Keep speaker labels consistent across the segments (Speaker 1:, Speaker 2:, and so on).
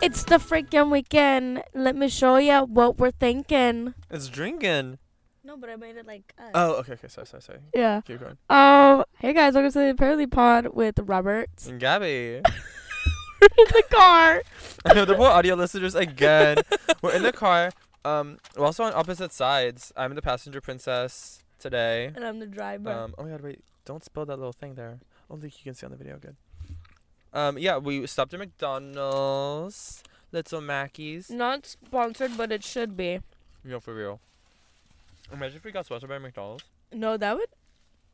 Speaker 1: It's the freaking weekend. Let me show you what we're thinking.
Speaker 2: It's drinking.
Speaker 1: No, but I made it like. Uh,
Speaker 2: Oh, okay, okay. Sorry, sorry, sorry.
Speaker 1: Yeah.
Speaker 2: Keep going.
Speaker 1: Um. Hey guys, welcome to the Apparently Pod with Robert.
Speaker 2: And Gabby.
Speaker 1: we're in the car.
Speaker 2: I know the poor audio listeners again. We're in the car. Um, we're also on opposite sides. I'm the passenger princess today.
Speaker 1: And I'm the driver.
Speaker 2: Um, oh my god, wait! Don't spill that little thing there. Only you can see on the video. Good. Um, yeah, we stopped at McDonald's, Little Mackey's.
Speaker 1: Not sponsored, but it should be.
Speaker 2: No, for real. Imagine if we got sponsored by McDonald's.
Speaker 1: No, that would.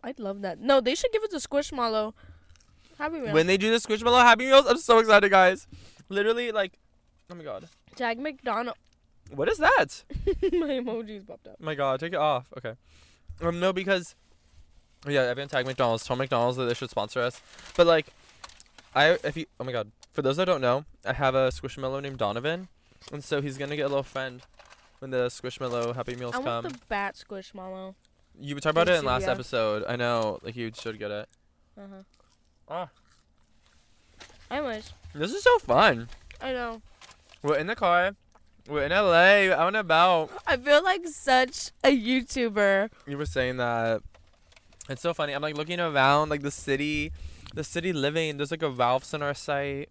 Speaker 1: I'd love that. No, they should give us a Squishmallow. Happy Meal.
Speaker 2: When they do the Squishmallow Happy Meals, I'm so excited, guys. Literally, like, oh my god,
Speaker 1: Tag McDonald.
Speaker 2: what is that?
Speaker 1: My emojis popped up.
Speaker 2: Oh my god, take it off. Okay. Um, no, because yeah, Evan tagged McDonald's, told McDonald's that they should sponsor us. But like, I if you oh my god, for those that don't know, I have a Squishmallow named Donovan, and so he's gonna get a little friend when the Squishmallow Happy Meals
Speaker 1: I
Speaker 2: come.
Speaker 1: want the bat Squishmallow.
Speaker 2: you talked about
Speaker 1: Me
Speaker 2: it in
Speaker 1: too,
Speaker 2: last
Speaker 1: yeah.
Speaker 2: episode. I know, like you should get it.
Speaker 1: Uh huh.
Speaker 2: Ah,
Speaker 1: Anyways,
Speaker 2: this is so fun.
Speaker 1: I know.
Speaker 2: We're in the car. We're in LA. We're out and about.
Speaker 1: I feel like such a YouTuber.
Speaker 2: You were saying that. It's so funny. I'm like looking around, like the city, the city living. There's like a Ralph's on our site.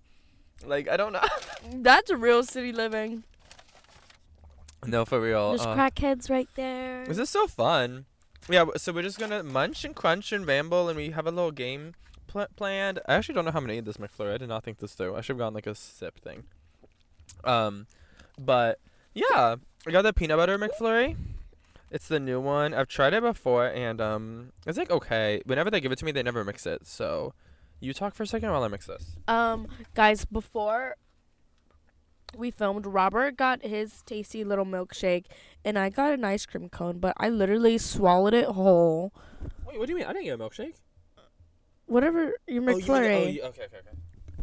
Speaker 2: Like I don't know.
Speaker 1: That's real city living.
Speaker 2: no, for real.
Speaker 1: There's
Speaker 2: uh,
Speaker 1: crackheads right there.
Speaker 2: This is so fun. Yeah. w- So we're just gonna munch and crunch and ramble, and we have a little game pl- planned. I actually don't know how I'm gonna eat this McFlurry. I did not think this through. I should have gone like a sip thing. Um, but yeah, I got the peanut butter McFlurry. It's the new one. I've tried it before, and um, it's like okay. Whenever they give it to me, they never mix it. So, you talk for a second while I mix this.
Speaker 1: Um, guys, before we filmed, Robert got his tasty little milkshake, and I got an ice cream cone, but I literally swallowed it whole.
Speaker 2: Wait, what do you mean? I didn't get a milkshake. Oh,
Speaker 1: Whatever your McFlurry. you,
Speaker 2: okay, okay, okay.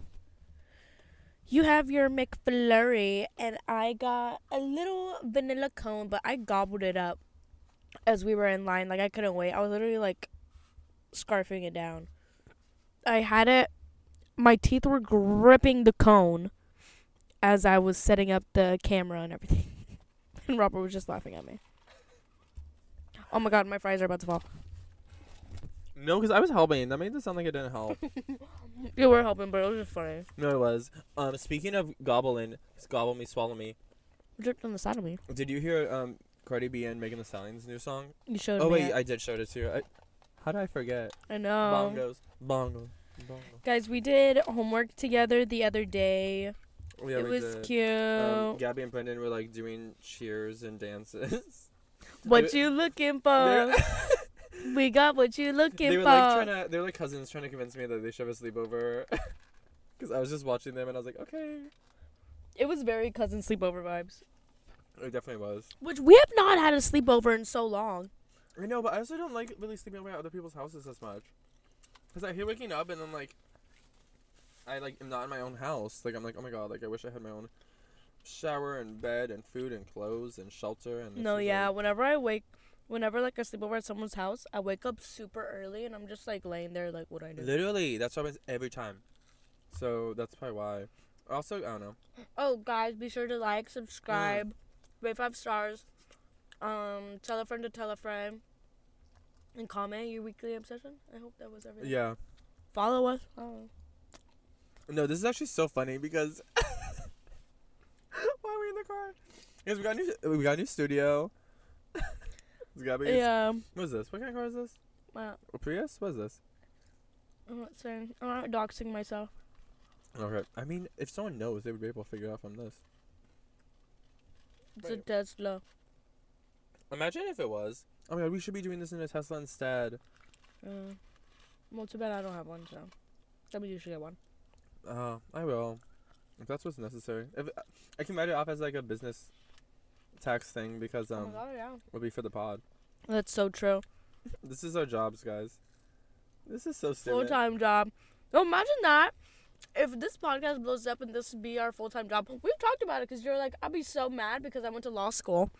Speaker 1: have your McFlurry, and I got a little vanilla cone, but I gobbled it up as we were in line. Like I couldn't wait. I was literally like scarfing it down. I had it. My teeth were gripping the cone as I was setting up the camera and everything. and Robert was just laughing at me. Oh my god, my fries are about to fall.
Speaker 2: No, because I was helping. That made it sound like it didn't help.
Speaker 1: You were helping, but it was just funny.
Speaker 2: No, it was. Um, speaking of gobbling, it's gobble me, swallow me.
Speaker 1: It dripped on the side of me.
Speaker 2: Did you hear um Cardi B and Megan Thee Stallion's new song?
Speaker 1: You showed
Speaker 2: Oh
Speaker 1: me.
Speaker 2: wait,
Speaker 1: it.
Speaker 2: I did show it to you. I, how did I forget?
Speaker 1: I know.
Speaker 2: Bongos, bongos, bongos.
Speaker 1: Guys, we did homework together the other day.
Speaker 2: Oh, yeah,
Speaker 1: it
Speaker 2: we
Speaker 1: was
Speaker 2: did.
Speaker 1: cute.
Speaker 2: Um, Gabby and Brendan were like doing cheers and dances.
Speaker 1: what
Speaker 2: they-
Speaker 1: you looking
Speaker 2: They're-
Speaker 1: for? we got what you looking
Speaker 2: they were
Speaker 1: for.
Speaker 2: like trying to. They were like cousins trying to convince me that they should have a sleepover. Because I was just watching them and I was like, okay.
Speaker 1: it was very cousin sleepover vibes.
Speaker 2: It definitely was.
Speaker 1: Which we have not had a sleepover in so long.
Speaker 2: I know, but I also don't like really sleeping over at other people's houses as much. Cause I hate waking up and I'm like, I like am not in my own house. Like I'm like, oh my god, like I wish I had my own shower and bed and food and clothes and shelter and. this
Speaker 1: No,
Speaker 2: is, like-
Speaker 1: yeah. Whenever I wake, whenever like I sleepover at someone's house, I wake up super early and I'm just like laying there like, what do I do?
Speaker 2: literally, that's what happens every time. So that's probably why. Also, I don't know.
Speaker 1: oh, guys, be sure to like, subscribe, rate five stars, um, tell a friend to tell a friend, and comment your weekly obsession. I hope that was everything.
Speaker 2: Yeah.
Speaker 1: Follow us. Oh.
Speaker 2: No, this is actually so funny because why are we in the car? Because we got a new we got a new studio. it's gotta be.
Speaker 1: Yeah.
Speaker 2: What is this? What kind of car is this?
Speaker 1: Well,
Speaker 2: A Prius? What is this?
Speaker 1: I'm not saying. I'm not doxing myself.
Speaker 2: Okay. I mean, if someone knows, they would be able to figure it out from this.
Speaker 1: It's a
Speaker 2: Right.
Speaker 1: Tesla.
Speaker 2: Imagine if it was. Oh my god, we should be doing this in a Tesla instead.
Speaker 1: Uh, well, too bad I don't have one, so. Maybe you should get one.
Speaker 2: Oh, I will. If that's what's necessary. If uh, I can write it off as like a business tax thing because
Speaker 1: oh
Speaker 2: um
Speaker 1: my god, yeah.
Speaker 2: it'll be for the pod.
Speaker 1: That's so true.
Speaker 2: This is our jobs, guys. This is so
Speaker 1: Full
Speaker 2: stupid.
Speaker 1: time job. No, imagine that. If this podcast blows up and this would be our full time job, we've talked about it because you're like, I'd be so mad because I went to law school.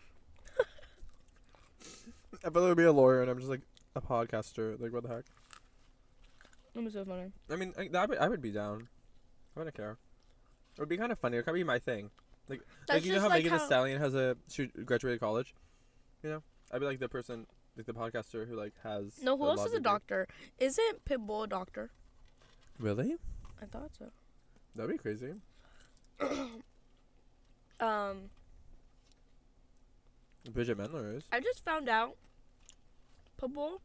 Speaker 2: I thought it would be a lawyer, and I'm just like a podcaster. Like what the heck?
Speaker 1: That was so funny.
Speaker 2: I mean, I, that, I would be down. I wouldn't care. It would be kind of funny. It could be my thing.
Speaker 1: That's
Speaker 2: like you know
Speaker 1: just
Speaker 2: how
Speaker 1: like
Speaker 2: Megan Thee
Speaker 1: how-
Speaker 2: Stallion has a she graduated college. You know, I'd be like the person, like the podcaster who like has.
Speaker 1: No, who
Speaker 2: the
Speaker 1: else
Speaker 2: law
Speaker 1: is a
Speaker 2: degree.
Speaker 1: doctor? Isn't Pitbull a doctor?
Speaker 2: Really?
Speaker 1: I thought so.
Speaker 2: That'd be crazy.
Speaker 1: Um,
Speaker 2: Bridget Mendler is.
Speaker 1: I just found out Pitbull.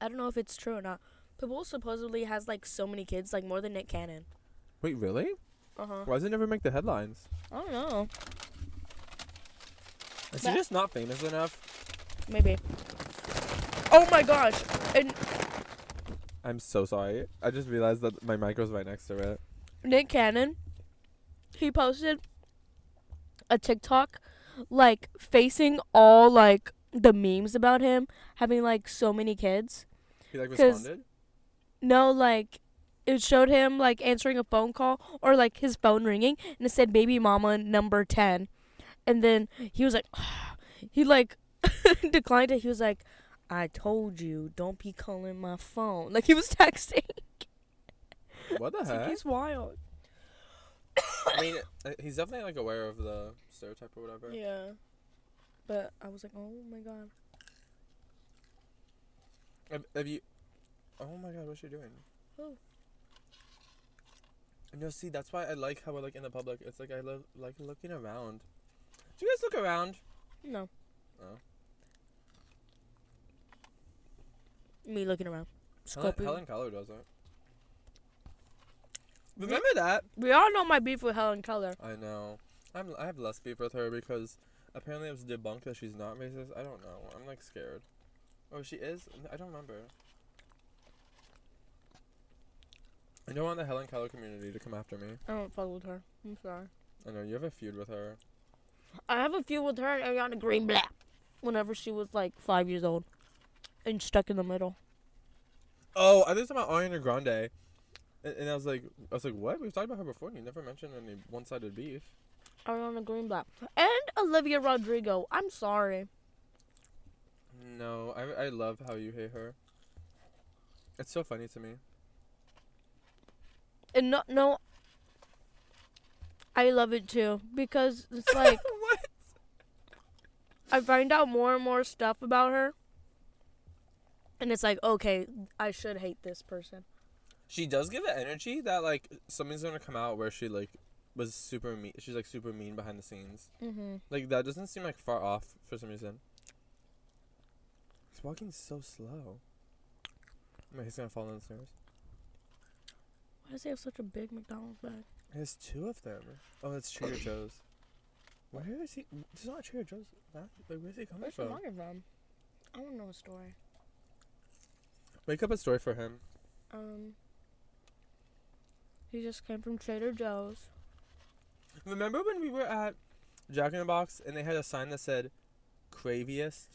Speaker 1: I don't know if it's true or not. Pitbull supposedly has like so many kids, like more than Nick Cannon.
Speaker 2: Wait, really?
Speaker 1: Uh huh.
Speaker 2: Why does it never make the headlines?
Speaker 1: I don't know.
Speaker 2: Is
Speaker 1: That-
Speaker 2: she just not famous enough?
Speaker 1: Maybe. Oh my gosh! And
Speaker 2: I'm so sorry. I just realized that my mic was right next to it.
Speaker 1: Nick Cannon, he posted a TikTok like facing all like the memes about him having like so many kids.
Speaker 2: He like
Speaker 1: 'Cause-
Speaker 2: responded.
Speaker 1: No, like it showed him like answering a phone call or like his phone ringing and it said baby mama number 10. And then he was like he like declined it. He was like I told you don't be calling my phone. Like he was texting.
Speaker 2: What the
Speaker 1: It's like,
Speaker 2: heck?
Speaker 1: he's wild.
Speaker 2: I mean, uh, he's definitely like aware of the stereotype or whatever.
Speaker 1: Yeah. But I was like, "Oh my god."
Speaker 2: Have, have you? Oh my god, what's she doing?
Speaker 1: Who?
Speaker 2: No, see, that's why I like how I look in the public. It's like I love like looking around. Do you guys look around?
Speaker 1: No.
Speaker 2: Oh.
Speaker 1: Me looking around.
Speaker 2: Helen,
Speaker 1: Scoping.
Speaker 2: Helen Keller doesn't. Remember that?
Speaker 1: We all know my beef with Helen Keller.
Speaker 2: I know. I'm. I have less beef with her because apparently it was debunked that she's not racist. I don't know. I'm like scared. Oh, she is. I don't remember. I don't want the Helen Keller community to come after me.
Speaker 1: I don't fuck with her. I'm sorry.
Speaker 2: I know you have a feud with her.
Speaker 1: I have a feud with her and Ariana Greenblatt whenever she was like five years old and stuck in the middle.
Speaker 2: Oh, I think it's about Ariana Grande. And, and I was like, I was like, what? We've talked about her before, and you never mentioned any one-sided beef.
Speaker 1: Ariana Greenblatt and Olivia Rodrigo. I'm sorry.
Speaker 2: No, I, I love how you hate her. It's so funny to me.
Speaker 1: And no, no. I love it too because it's like
Speaker 2: what?
Speaker 1: I find out more and more stuff about her. And it's like, okay, I should hate this person.
Speaker 2: She does give the energy that like something's gonna come out where she like was super mean. She's like super mean behind the scenes.
Speaker 1: Mm-hmm.
Speaker 2: Like that doesn't seem like far off for some reason. He's walking so slow. Oh, he's gonna fall down the stairs.
Speaker 1: Why does he have such a big McDonald's bag?
Speaker 2: He has two of them. Oh, that's Trader Joe's. Where is he? It's not Trader Joe's. That, like, where's he coming
Speaker 1: Where's the
Speaker 2: from?
Speaker 1: money from? I want to know a story.
Speaker 2: Make up a story for him.
Speaker 1: Um, he just came from Trader Joe's.
Speaker 2: Remember when we were at Jack in the Box and they had a sign that said "Craviest"?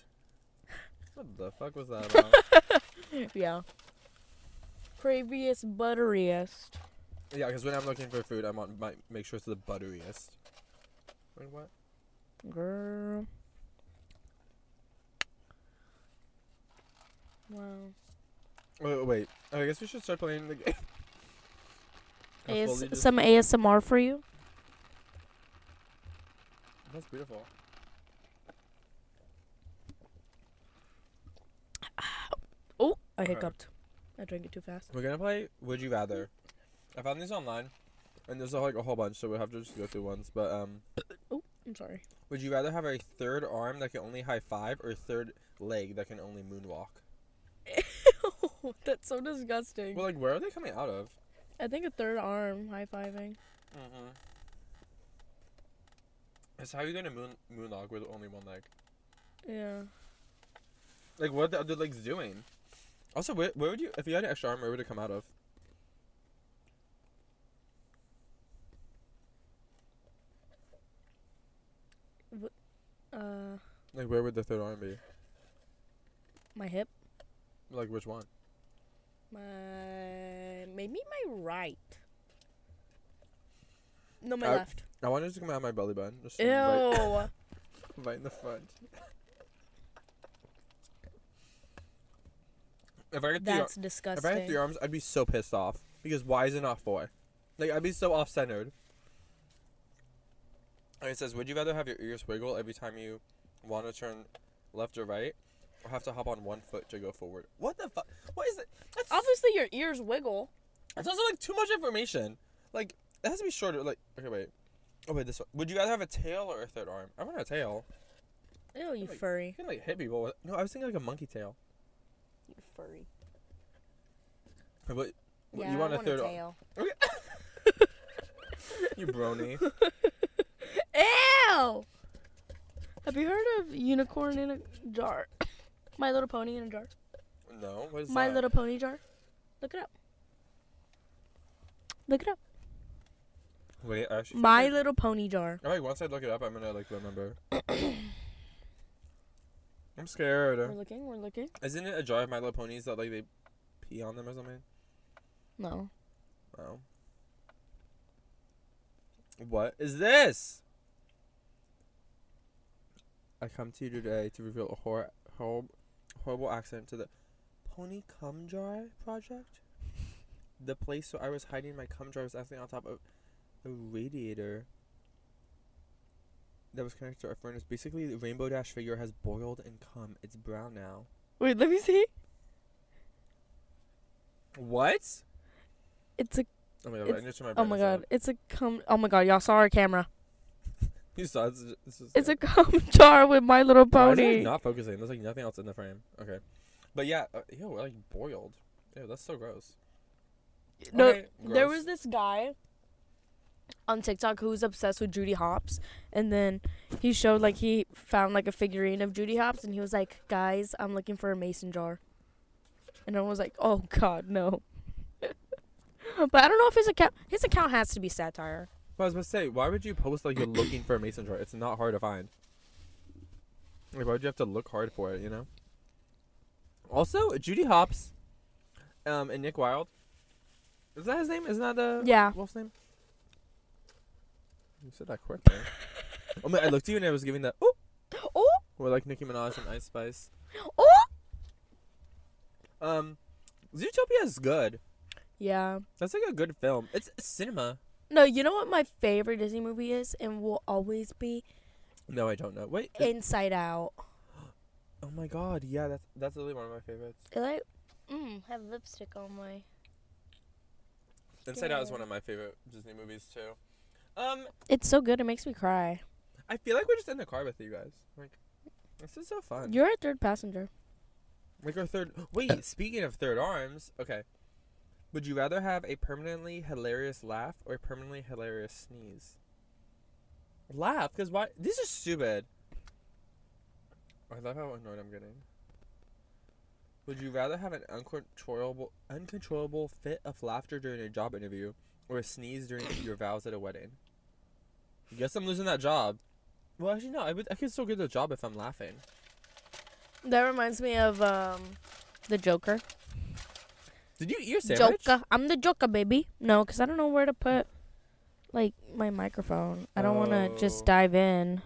Speaker 2: What the fuck was that about?
Speaker 1: Yeah. Previous butteriest.
Speaker 2: yeah, because when I'm looking for food, I want my make sure it's the butteriest. Like what?
Speaker 1: Girl. Wow.
Speaker 2: Wait, wait. Oh, I guess we should start playing the game. I
Speaker 1: AS-
Speaker 2: fully just-
Speaker 1: some ASMR for you?
Speaker 2: That's beautiful.
Speaker 1: Oh, I
Speaker 2: Okay.
Speaker 1: hiccuped. I drank it too fast.
Speaker 2: We're gonna play Would You Rather. I found these online, and there's like a whole bunch, so we'll have to just go through ones. But um,
Speaker 1: I'm sorry.
Speaker 2: would you rather have a third arm that can only high five or a third leg that can only moonwalk?
Speaker 1: That's so disgusting.
Speaker 2: Well, like where are they coming out of?
Speaker 1: I think a third arm high fiving.
Speaker 2: Mm-hmm. It's how you gonna moon moonwalk with only one leg?
Speaker 1: Yeah.
Speaker 2: Like what the other leg's doing? Also, where, where would you if you had an extra arm? Where would it come out of?
Speaker 1: Uh,
Speaker 2: Like where would the third arm be?
Speaker 1: my hip.
Speaker 2: Like which one?
Speaker 1: My maybe my right. No, my
Speaker 2: Uh,
Speaker 1: left.
Speaker 2: I wanted it to come out of my belly button. Just
Speaker 1: Ew.
Speaker 2: Right, right in the front. If I had three, ar-
Speaker 1: That's
Speaker 2: if I had
Speaker 1: disgusting.
Speaker 2: three arms, I'd be so pissed off because why is it not four? Like I'd be so off centered. It says, "Would you rather have your ears wiggle every time you want to turn left or right, or have to hop on one foot to go forward?" What the fuck? What is it? That's,
Speaker 1: Obviously, your ears wiggle.
Speaker 2: that's also like too much information. Like it has to be shorter. Like okay, wait. Oh wait, this one. Would you rather have a tail or a third arm? I want a tail.
Speaker 1: Ew, you
Speaker 2: Like-
Speaker 1: furry.
Speaker 2: You can like hit people with. No, I was thinking like a monkey tail.
Speaker 1: You furry.
Speaker 2: But what- what- you want a third arm?
Speaker 1: tail.
Speaker 2: You brony.
Speaker 1: Ew! Have you heard of unicorn in a jar? My Little Pony in a jar.
Speaker 2: no, what is
Speaker 1: My
Speaker 2: that?
Speaker 1: Little Pony jar. Look it up. Look it up.
Speaker 2: Wait, I actually.
Speaker 1: My Little Pony jar.
Speaker 2: All right, once I look it up, I'm gonna like remember. I'm scared.
Speaker 1: We're looking. We're looking.
Speaker 2: Isn't it a jar of My Little Ponies that like they pee on them or something?
Speaker 1: No.
Speaker 2: Wow. What is this? I come to you today to reveal a hor- hor- horrible accident to the Pony Cum Jar project. The place where I was hiding my cum jar was actually on top of a radiator that was connected to our furnace. Basically, the Rainbow Dash figure has boiled and cum. It's brown now.
Speaker 1: Wait, let me see.
Speaker 2: What?
Speaker 1: It's a.
Speaker 2: Oh my god!
Speaker 1: It's-
Speaker 2: I need to turn my
Speaker 1: Oh my
Speaker 2: brightness up.
Speaker 1: god. It's a cum. Oh my god. Y'all saw our camera.
Speaker 2: You saw it's, it's, just-
Speaker 1: It's a cum jar with My Little
Speaker 2: Why is it, like,
Speaker 1: Pony.
Speaker 2: not focusing. There's like nothing else in the frame. Okay, but yeah, uh, ew, we're like boiled. Ew, that's so gross.
Speaker 1: No,
Speaker 2: Okay,
Speaker 1: there
Speaker 2: gross.
Speaker 1: was this guy on TikTok who was obsessed with Judy Hopps, and then he showed like he found like a figurine of Judy Hopps, and he was like, "Guys, I'm looking for a mason jar," and everyone was like, "Oh God, no." but I don't know if his account his account has to be satire.
Speaker 2: But I was gonna say, why would you post like you're looking for a mason jar? It's not hard to find. Like, why would you have to look hard for it? You know. Also, Judy Hopps, um, and Nick Wilde. Is that his name? Isn't that the
Speaker 1: Yeah.
Speaker 2: wolf's name? You said that quick. man. oh man, I looked at you and I was giving that. Oh,
Speaker 1: Oh,
Speaker 2: we're like Nicki Minaj and Ice Spice.
Speaker 1: oh.
Speaker 2: Um, Zootopia is good.
Speaker 1: Yeah.
Speaker 2: That's like a good film. It's cinema.
Speaker 1: No, you know what my favorite Disney movie is, and will always be
Speaker 2: No, I don't know. Wait. it-
Speaker 1: Inside Out.
Speaker 2: oh my god. Yeah, that's that's really one of my favorites.
Speaker 1: I like, mm, have lipstick on my.
Speaker 2: Inside Out is
Speaker 1: Yeah.
Speaker 2: one of my favorite Disney movies too. Um,
Speaker 1: It's so good. It makes me cry.
Speaker 2: I feel like we're just in the car with you guys. Like, this is so fun.
Speaker 1: You're a third passenger.
Speaker 2: like our third. Wait. speaking of third arms, okay. Would you rather have a permanently hilarious laugh or a permanently hilarious sneeze? Laugh, because why? This is stupid. I love how annoyed I'm getting. Would you rather have an uncontrollable, uncontrollable fit of laughter during a job interview or a sneeze during your vows at a wedding? Guess I'm losing that job. Well, actually, no. I would. I could still get the job if I'm laughing.
Speaker 1: That reminds me of um, the Joker.
Speaker 2: Did you eat your sandwich?
Speaker 1: Joker. I'm the Joker, baby. No, because I don't know where to put like my microphone. I don't want to
Speaker 2: Oh.
Speaker 1: just dive in.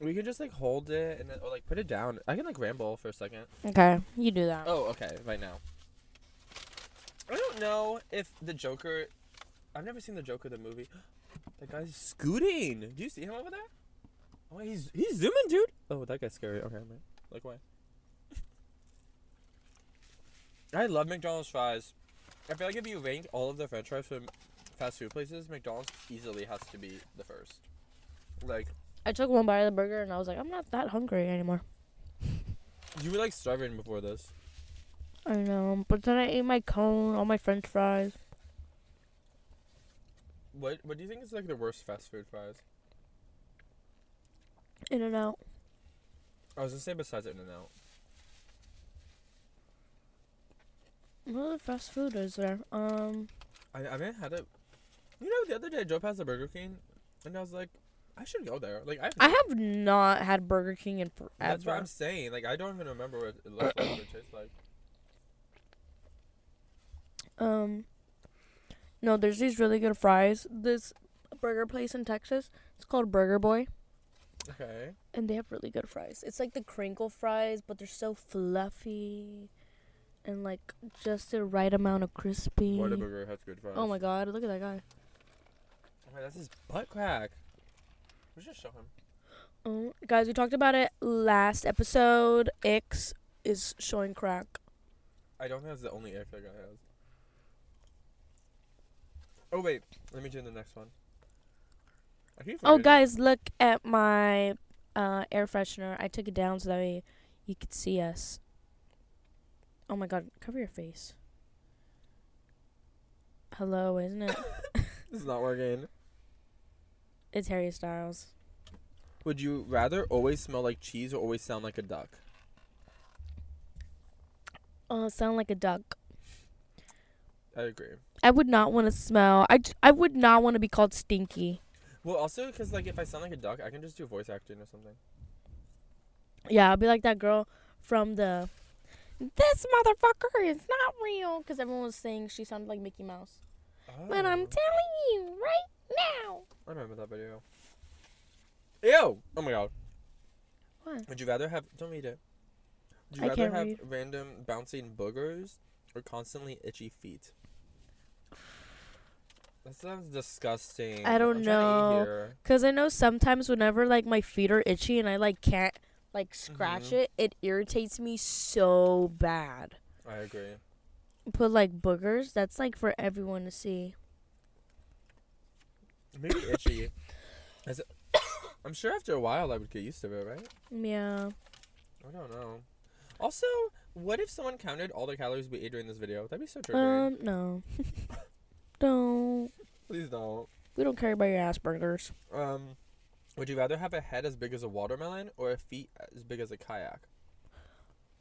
Speaker 2: We can just like hold it and then, or like put it down. I can like ramble for a second.
Speaker 1: Okay, you do that.
Speaker 2: Oh, okay, right now. I don't know if the Joker. I've never seen the Joker the movie. That guy's scooting. Do you see him over there? Oh, he's he's zooming, dude. Oh, that guy's scary. Okay, man. Look away. I love McDonald's fries. I feel like if you rank all of the French fries from fast food places, McDonald's easily has to be the first. Like
Speaker 1: I took one bite of the burger and I was like, I'm not that hungry anymore.
Speaker 2: you were like starving before this.
Speaker 1: I know, but then I ate my cone, all my French fries.
Speaker 2: What What do you think is like the worst fast food fries?
Speaker 1: In and out.
Speaker 2: I was gonna say besides In and Out.
Speaker 1: What other fast food is there? Um,
Speaker 2: I I haven't had it. You know, the other day I drove past the Burger King, and I was like, I should go there. Like I.
Speaker 1: I have not had Burger King in forever.
Speaker 2: that's what I'm saying. Like I don't even remember what it looks like, what it tastes like.
Speaker 1: Um, no, there's these really good fries. This burger place in Texas, it's called Burger Boy,
Speaker 2: Okay.
Speaker 1: and they have really good fries. It's like the crinkle fries, but they're so fluffy and like just the right amount of crispy.
Speaker 2: Whataburger has good fries.
Speaker 1: Oh my god, look at that guy.
Speaker 2: Oh my, that's his butt crack. We should show him.
Speaker 1: Oh, guys, we talked about it last episode. Ix is showing crack.
Speaker 2: I don't think that's the only ick that guy has. Oh wait, let me do the next one. I keep
Speaker 1: Oh,
Speaker 2: forgetting.
Speaker 1: guys, look at my uh, air freshener. I took it down so that way you could see us. Oh my god, cover your face. Hello, isn't it?
Speaker 2: this is not working.
Speaker 1: it's Harry Styles.
Speaker 2: Would you rather always smell like cheese or always sound like a duck?
Speaker 1: Oh, sound like a duck.
Speaker 2: I agree.
Speaker 1: I would not want to smell. I, j- I would not want to be called stinky.
Speaker 2: Well, also because like if I sound like a duck, I can just do voice acting or something.
Speaker 1: Yeah, I'll be like that girl from the. This motherfucker is not real. Because everyone was saying she sounded like Mickey Mouse. But um, I'm
Speaker 2: Oh,
Speaker 1: telling you right now.
Speaker 2: I remember that video. Ew! Oh my god.
Speaker 1: What?
Speaker 2: Would you rather have? Don't read it. Would you
Speaker 1: I
Speaker 2: rather
Speaker 1: can't
Speaker 2: have
Speaker 1: read.
Speaker 2: random bouncing boogers or constantly itchy feet? That sounds disgusting.
Speaker 1: I don't
Speaker 2: I'm trying to eat
Speaker 1: know.
Speaker 2: here.
Speaker 1: Cause I know sometimes whenever like my feet are itchy and I like can't like scratch
Speaker 2: Mhm.
Speaker 1: it, it irritates me so bad.
Speaker 2: I agree.
Speaker 1: But like boogers, that's like for everyone to see.
Speaker 2: Maybe itchy. Is it- I'm sure after a while I would get used to it, right?
Speaker 1: Yeah.
Speaker 2: I don't know. Also, what if someone counted all the calories we ate during this video? That'd be so triggering.
Speaker 1: Um. No. don't.
Speaker 2: Please don't.
Speaker 1: We don't care about your Asperger's.
Speaker 2: Um, would you rather have a head as big as a watermelon or a feet as big as a kayak?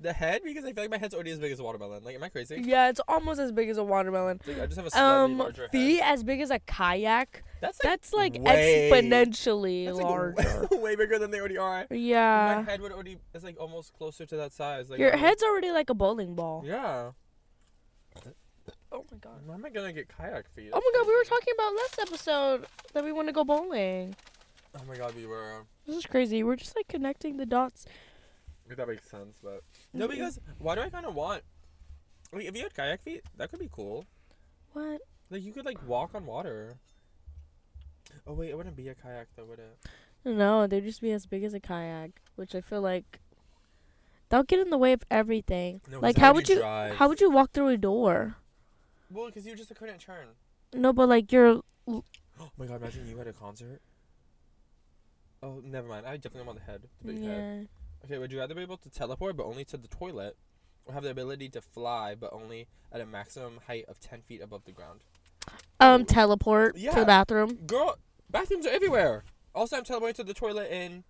Speaker 2: The head because I feel like my head's already as big as a watermelon. Like, am I crazy?
Speaker 1: Yeah, it's almost as big as a watermelon.
Speaker 2: It's Like, I just have a slightly
Speaker 1: Um,
Speaker 2: larger
Speaker 1: feet
Speaker 2: head.
Speaker 1: as big as a kayak.
Speaker 2: That's like,
Speaker 1: That's like
Speaker 2: way-
Speaker 1: exponentially
Speaker 2: that's
Speaker 1: larger.
Speaker 2: like way, way bigger than they already are.
Speaker 1: yeah.
Speaker 2: my head would already is like almost closer to that size. Like
Speaker 1: Your
Speaker 2: I-
Speaker 1: head's already like a bowling ball.
Speaker 2: Yeah.
Speaker 1: Oh my god.
Speaker 2: Why am I gonna get kayak feet?
Speaker 1: Oh my god, we were talking about last episode that we want to go bowling.
Speaker 2: Oh my god, we were.
Speaker 1: This is crazy. We're just like connecting the dots.
Speaker 2: If that makes sense, but no,
Speaker 1: Mhm.
Speaker 2: because why do I kind of want? Like, if you had kayak feet, that could be cool.
Speaker 1: What?
Speaker 2: Like you could like walk on water. Oh wait, it wouldn't be a kayak though, would it?
Speaker 1: No, they'd just be as big as a kayak, which I feel like that'll get in the way of everything.
Speaker 2: No, 'cause
Speaker 1: like,
Speaker 2: then
Speaker 1: how
Speaker 2: when
Speaker 1: would
Speaker 2: you
Speaker 1: you?
Speaker 2: drive-
Speaker 1: How would you walk through a door?
Speaker 2: Well, because you just couldn't turn.
Speaker 1: No, but like you're.
Speaker 2: Oh my god, imagine you at a concert. Oh, never mind. I definitely want the head, the big head.
Speaker 1: Yeah.
Speaker 2: Okay, would you rather be able to teleport but only to the toilet, or have the ability to fly but only at a maximum height of ten feet above the ground?
Speaker 1: Um, teleport to
Speaker 2: Yeah.
Speaker 1: the bathroom.
Speaker 2: Girl, bathrooms are everywhere. Also, I'm teleporting to the toilet in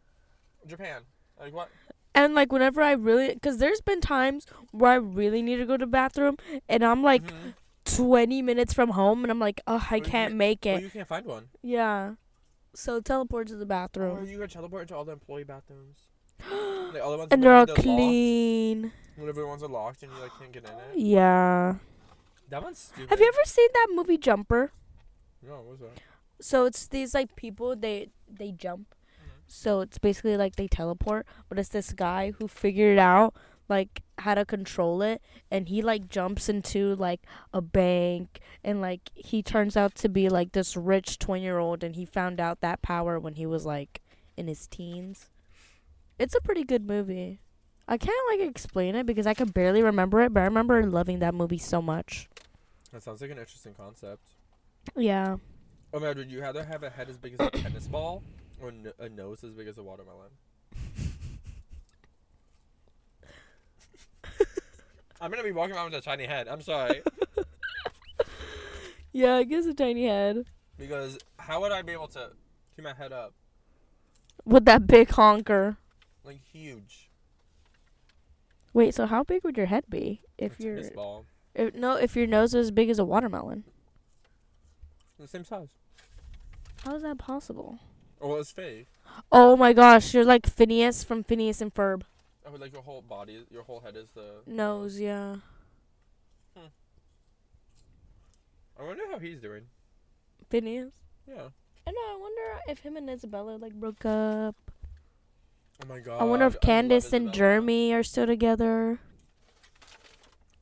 Speaker 2: Japan. Like what?
Speaker 1: And like whenever I really, cause there's been times where I really need to go to the bathroom, and I'm like
Speaker 2: Mhm.
Speaker 1: 20 minutes from home, and I'm like, oh, I
Speaker 2: you
Speaker 1: can't
Speaker 2: can't-
Speaker 1: make it.
Speaker 2: Well, you can't find one.
Speaker 1: Yeah. So teleport to the
Speaker 2: Or
Speaker 1: bathroom.
Speaker 2: you could teleport into all the employee bathrooms. Like all the ones
Speaker 1: and
Speaker 2: where
Speaker 1: they're all
Speaker 2: they're locked.
Speaker 1: clean.
Speaker 2: Whenever ones are locked and you like can't get in it.
Speaker 1: Yeah.
Speaker 2: That one's stupid.
Speaker 1: Have you ever seen that movie Jumper?
Speaker 2: No, what was that?
Speaker 1: So it's these like people they they jump.
Speaker 2: Mhm.
Speaker 1: So it's basically like they teleport, but it's this guy who figured out like how to control it and he like jumps into like a bank and like he turns out to be like this rich 20-year-old and he found out that power when he was like in his teens. It's a pretty good movie. I can't like explain it because I can barely remember it, but I remember loving that movie so much.
Speaker 2: That sounds like an interesting concept.
Speaker 1: Yeah.
Speaker 2: Oh my god, would you rather have a head as big as a tennis ball or n- a nose as big as a watermelon? I'm gonna be walking around with a tiny head. I'm sorry.
Speaker 1: Yeah, it gives a tiny head.
Speaker 2: because how would I be able to keep my head up?
Speaker 1: With that big honker.
Speaker 2: Like huge.
Speaker 1: Wait, so how big would your head be
Speaker 2: A
Speaker 1: if your
Speaker 2: tennis ball.
Speaker 1: if, no if your nose is as big as a watermelon?
Speaker 2: The same size.
Speaker 1: How is that possible?
Speaker 2: Or well, it's fake.
Speaker 1: Oh my gosh, you're like Phineas from Phineas and Ferb.
Speaker 2: Oh, like your whole body, your whole head is the
Speaker 1: Nose, yeah.
Speaker 2: I wonder how he's doing.
Speaker 1: Phineas.
Speaker 2: Yeah.
Speaker 1: I know. I wonder if him and Isabella like broke up.
Speaker 2: Oh my god.
Speaker 1: I wonder if
Speaker 2: love
Speaker 1: Candace and
Speaker 2: Isabella.
Speaker 1: Jeremy are still together.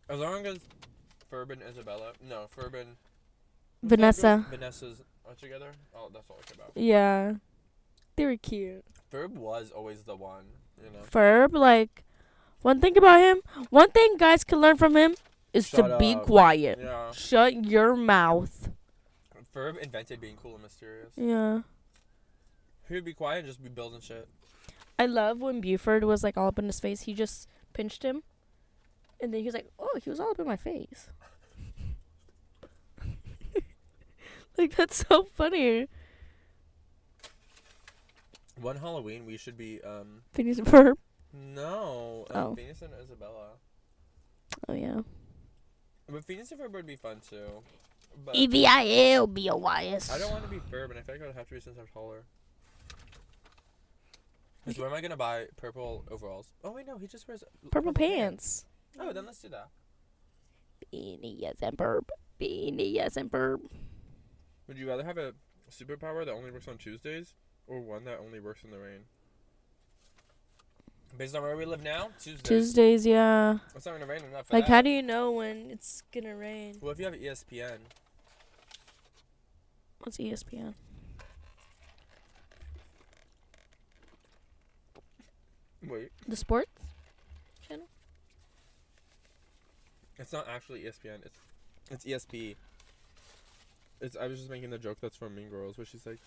Speaker 2: As long as Ferb and Isabella, no, Ferb and
Speaker 1: Vanessa.
Speaker 2: Vanessa's are together. Oh, that's all I care about.
Speaker 1: Yeah. They were cute.
Speaker 2: Ferb was always the one, you know.
Speaker 1: Ferb, like, one thing about him, one thing guys can learn from him is to
Speaker 2: Shut
Speaker 1: be
Speaker 2: up.
Speaker 1: quiet.
Speaker 2: Yeah.
Speaker 1: Shut your mouth.
Speaker 2: Ferb invented being cool and mysterious.
Speaker 1: Yeah.
Speaker 2: He would be quiet and just be building shit.
Speaker 1: I love when Buford was like all up in his face. He just pinched him, and then he was like, "Oh, he was all up in my face." like that's so funny.
Speaker 2: One Halloween, we should be, um,
Speaker 1: Phineas and Ferb.
Speaker 2: no, um,
Speaker 1: Oh.
Speaker 2: Venus and Isabella.
Speaker 1: Oh yeah.
Speaker 2: But Venus and Ferb would be fun too. But
Speaker 1: E V I L B O Y S.
Speaker 2: I don't want to be Ferb, and I feel like I would have to be since I'm taller. Because where am I gonna buy purple overalls? Oh wait, no, he just wears
Speaker 1: Purple pants.
Speaker 2: Oh, then let's do that.
Speaker 1: Phineas and Ferb. Phineas and Ferb.
Speaker 2: Would you rather have a superpower that only works on Tuesdays, or one that only works in the rain? Based on where we live now, Tuesdays.
Speaker 1: Tuesdays, yeah.
Speaker 2: It's not gonna rain enough. For
Speaker 1: Like,
Speaker 2: that.
Speaker 1: how do you know when it's gonna rain?
Speaker 2: well, if you have E ESPN,
Speaker 1: What's E ESPN?
Speaker 2: wait,
Speaker 1: The sports.
Speaker 2: it's not actually E ESPN. It's it's ESP. It's I was just making the joke that's from Mean Girls, where she's like,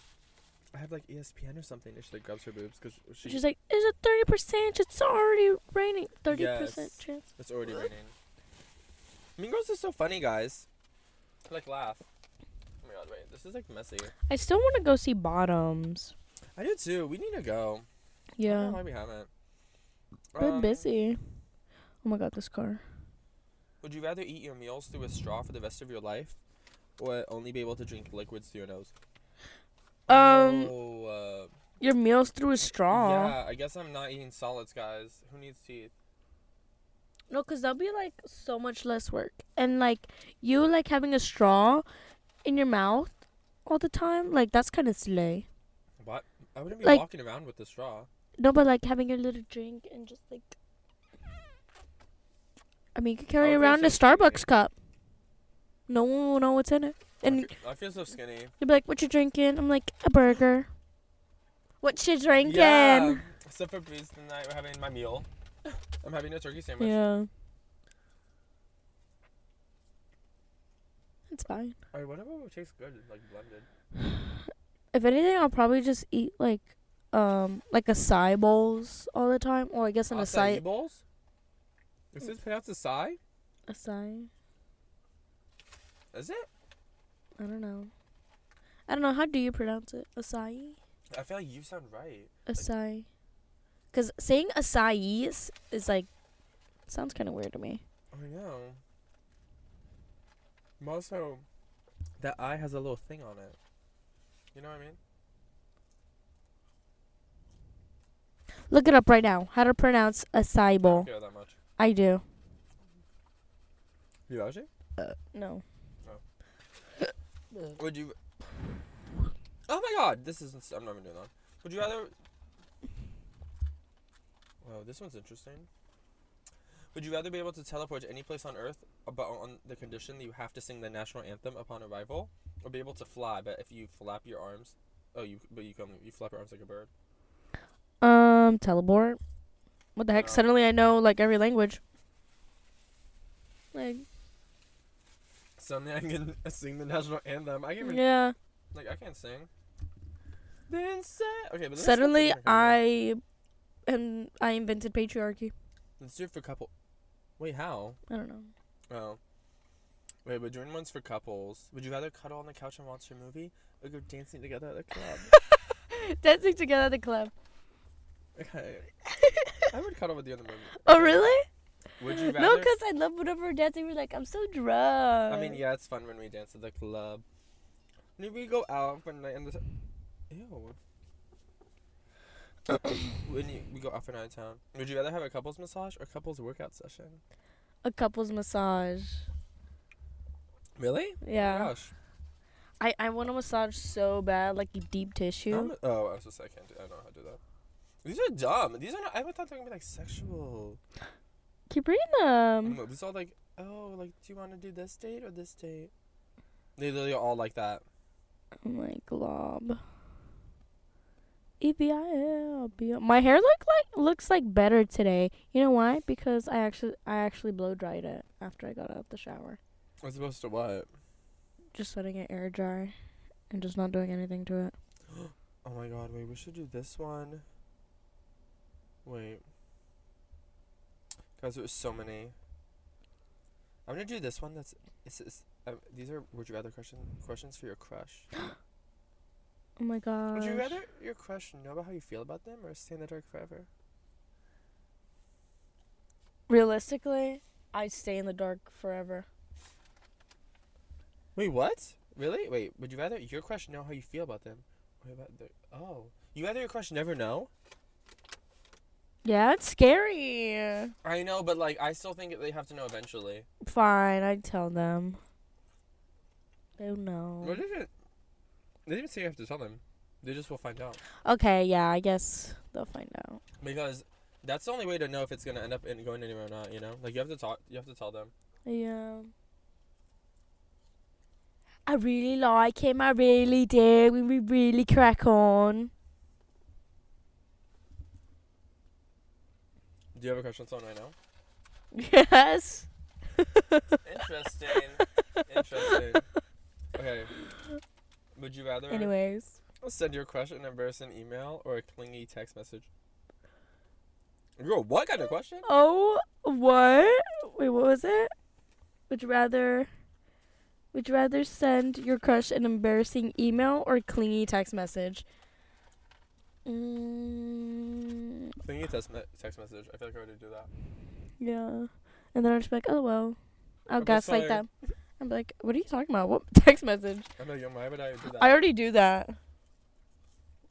Speaker 2: I have like E ESPN or something, and she like grabs her boobs because she
Speaker 1: She's like, "Is it thirty percent? It's already raining. Thirty percent
Speaker 2: Yes.
Speaker 1: chance."
Speaker 2: it's already raining. Mean Girls is so funny, guys. Like laugh. Oh my god, wait, this is like messy.
Speaker 1: I still want to go see Bottoms.
Speaker 2: I do too. We need to go. I don't know
Speaker 1: Yeah,
Speaker 2: why we haven't.
Speaker 1: been
Speaker 2: Um,
Speaker 1: busy. Oh my god, this car.
Speaker 2: Would you rather eat your meals through a straw for the rest of your life, or only be able to drink liquids through your nose?
Speaker 1: Um,
Speaker 2: Oh, uh,
Speaker 1: your meals through a straw.
Speaker 2: yeah. I guess I'm not eating solids, guys. Who needs teeth?
Speaker 1: No, cause that'll be like so much less work, and like you like having a straw in your mouth all the time. Like that's kind of slay.
Speaker 2: What? I wouldn't be
Speaker 1: Like-
Speaker 2: walking around with the straw.
Speaker 1: No, but like having your little drink and just like. I mean, you could carry
Speaker 2: would be
Speaker 1: around a
Speaker 2: so skinny.
Speaker 1: Starbucks cup. No one will know what's in it, and
Speaker 2: I fe- I feel so skinny.
Speaker 1: You'd be like, "What you drinking?" I'm like, "A burger." What you drinking?
Speaker 2: Yeah. Except for Breeze tonight, we're having my meal. I'm having a turkey sandwich.
Speaker 1: Yeah. It's fine.
Speaker 2: I wonder what would taste good, like blended.
Speaker 1: If anything, I'll probably just eat like, um, like acai bowls all the time, or I guess an
Speaker 2: Acai
Speaker 1: acai.
Speaker 2: bowls. Is this pronounced acai?
Speaker 1: Acai.
Speaker 2: Is it?
Speaker 1: I don't know. I don't know. How do you pronounce it? Acai.
Speaker 2: I feel like you sound right.
Speaker 1: Acai. Cause saying acai is, is like, sounds kind of weird to me.
Speaker 2: I know. I'm also, that eye has a little thing on it. You know what I mean?
Speaker 1: Look it up right now. How to pronounce acai
Speaker 2: I don't
Speaker 1: bowl?
Speaker 2: care that much.
Speaker 1: I do.
Speaker 2: You actually?
Speaker 1: No.
Speaker 2: Would you? Oh my God! This is. ins- I'm not even doing that. Would you rather? Wow, this one's interesting. Would you rather be able to teleport to any place on Earth, uh, but on the condition that you have to sing the national anthem upon arrival, or be able to fly, but if you flap your arms, oh, you but you come you flap your arms like a bird.
Speaker 1: Um, teleport. What the heck?
Speaker 2: No.
Speaker 1: Suddenly I know like every language. Like
Speaker 2: Suddenly I can sing the national anthem. I can even,
Speaker 1: yeah.
Speaker 2: like I can't sing. Then say okay, but let's do it for
Speaker 1: Suddenly
Speaker 2: different people.
Speaker 1: I am I invented patriarchy.
Speaker 2: let's do it for a couple. Wait, how?
Speaker 1: I don't know.
Speaker 2: Oh. Wait, we're doing ones for couples. Would you rather cuddle on the couch and watch a movie or go dancing together at the club?
Speaker 1: Dancing together at the club.
Speaker 2: okay. I would cuddle with you in the movie.
Speaker 1: Oh
Speaker 2: Okay.
Speaker 1: really?
Speaker 2: Would you rather?
Speaker 1: No, cause I love whenever we're dancing. We're like I'm so drunk.
Speaker 2: I mean, yeah, it's fun when we dance at the club. Maybe we go out for a night and the. Ew. when you, we go out for night in town. Would you rather have a couples massage or couples workout session?
Speaker 1: a couple's massage.
Speaker 2: Really? Oh my
Speaker 1: Yeah.
Speaker 2: gosh.
Speaker 1: I I want a massage so bad, like a deep tissue.
Speaker 2: I'm- oh, I was just I can't do. I don't know how to do that. These are dumb. These are not. I would thought they were gonna be like sexual.
Speaker 1: Keep reading them.
Speaker 2: No, it's all like, oh, like, do you want to do this date or this date? They literally all like that.
Speaker 1: I'm like glob. E-B-I-L-B-O. My hair look like looks like better today. You know why? Because I actually I actually blow dried it after I got out the shower.
Speaker 2: As opposed to what?
Speaker 1: Just letting it air dry and just not doing anything to it.
Speaker 2: Oh my god, wait, we should do this one. Wait. Guys, there's so many. I'm gonna do this one that's. It's, it's, um, these are would you rather question, questions for your crush.
Speaker 1: Oh my god.
Speaker 2: Would you rather your crush know about how you feel about them or stay in the dark forever?
Speaker 1: Realistically, I stay in the dark forever.
Speaker 2: Wait, what? Really? Wait, would you rather your crush know how you feel about them or about their. Oh. You rather your crush never know?
Speaker 1: Yeah, it's scary.
Speaker 2: I know, but like, I still think they have to know eventually.
Speaker 1: Fine, I tell them. They know.
Speaker 2: What is it? They didn't say you have to tell them. They just will find out.
Speaker 1: Okay, yeah, I guess they'll find out.
Speaker 2: Because that's the only way to know if it's gonna end up in going anywhere or not. You know, like you have to talk. You have to tell them.
Speaker 1: Yeah. I really like him. I really do. We- We really crack on.
Speaker 2: Do you have a crush on someone right now?
Speaker 1: Yes.
Speaker 2: Interesting. Interesting. Okay. Would you rather
Speaker 1: Anyways,
Speaker 2: send your crush an embarrassing email or a clingy text message? Girl, what kind of question?
Speaker 1: oh, what? Wait, what was it? Would you rather? Would you rather send your crush an embarrassing email or clingy text message? Mm,
Speaker 2: Clingy text, me- text message. I feel like I would do that.
Speaker 1: yeah. And then I'd just be like, oh well, I'll
Speaker 2: I'm just
Speaker 1: gaslight
Speaker 2: like-
Speaker 1: them. I'm like, what are you talking about? What text message?
Speaker 2: I'm like, yo, why would I do that?
Speaker 1: I already do that.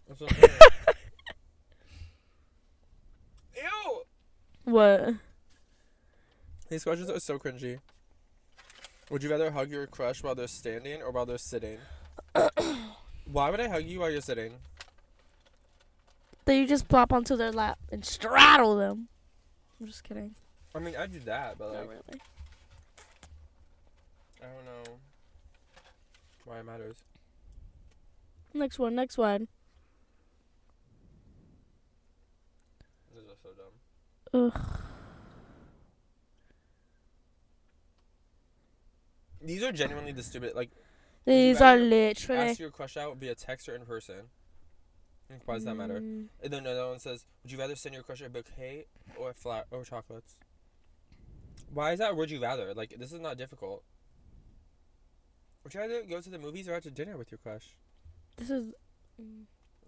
Speaker 2: That's what I'm saying. Ew!
Speaker 1: What?
Speaker 2: These questions are so cringy. Would you rather hug your crush while they're standing or while they're sitting? Why would I hug you while you're sitting?
Speaker 1: That you just plop onto their lap and straddle them. I'm just kidding.
Speaker 2: I mean, I do that, but
Speaker 1: Not
Speaker 2: like,
Speaker 1: really.
Speaker 2: I don't know why it matters.
Speaker 1: Next one, next one.
Speaker 2: This is so dumb.
Speaker 1: Ugh.
Speaker 2: These are genuinely the stupid. Like,
Speaker 1: These are
Speaker 2: rather
Speaker 1: literally.
Speaker 2: ask your crush out via text or in person. Like, why does that matter?
Speaker 1: Mm,
Speaker 2: And then another one says, "Would you rather send your crush a bouquet or flat or chocolates?" Why is that? Would you rather? Like, this is not difficult. Would you rather go to the movies or out to dinner with your crush?
Speaker 1: This is. mm.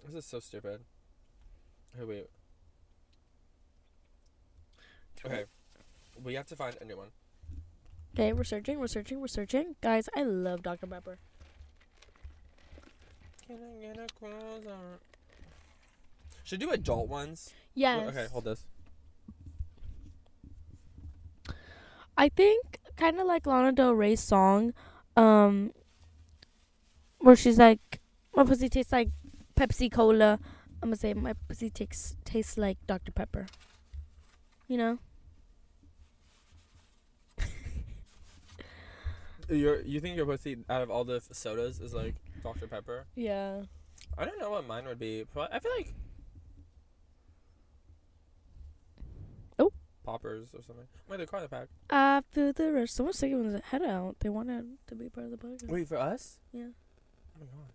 Speaker 2: This is so stupid. Okay, wait. Okay, we have to find a new one.
Speaker 1: Okay, we're searching, we're searching, we're searching. Guys, I love Dr. Pepper.
Speaker 2: Can I get a closer? Should do adult ones. Wait,
Speaker 1: Yes.
Speaker 2: Okay, hold this.
Speaker 1: I think kind of like Lana Del Rey's song, um, where she's like, "My pussy tastes like Pepsi Cola." I'm gonna say, "My pussy tastes tastes like Dr Pepper." You know?
Speaker 2: Your, you think your pussy out of all the f- sodas is like Dr Pepper?
Speaker 1: Yeah.
Speaker 2: I don't know what mine would be. Pro- I feel like.
Speaker 1: Oh.
Speaker 2: Poppers or something. Wait, they're called the pack.
Speaker 1: I feel the rush. Someone's taking his head out. They wanted to be part of the podcast.
Speaker 2: Wait, for us?
Speaker 1: Yeah.
Speaker 2: Oh my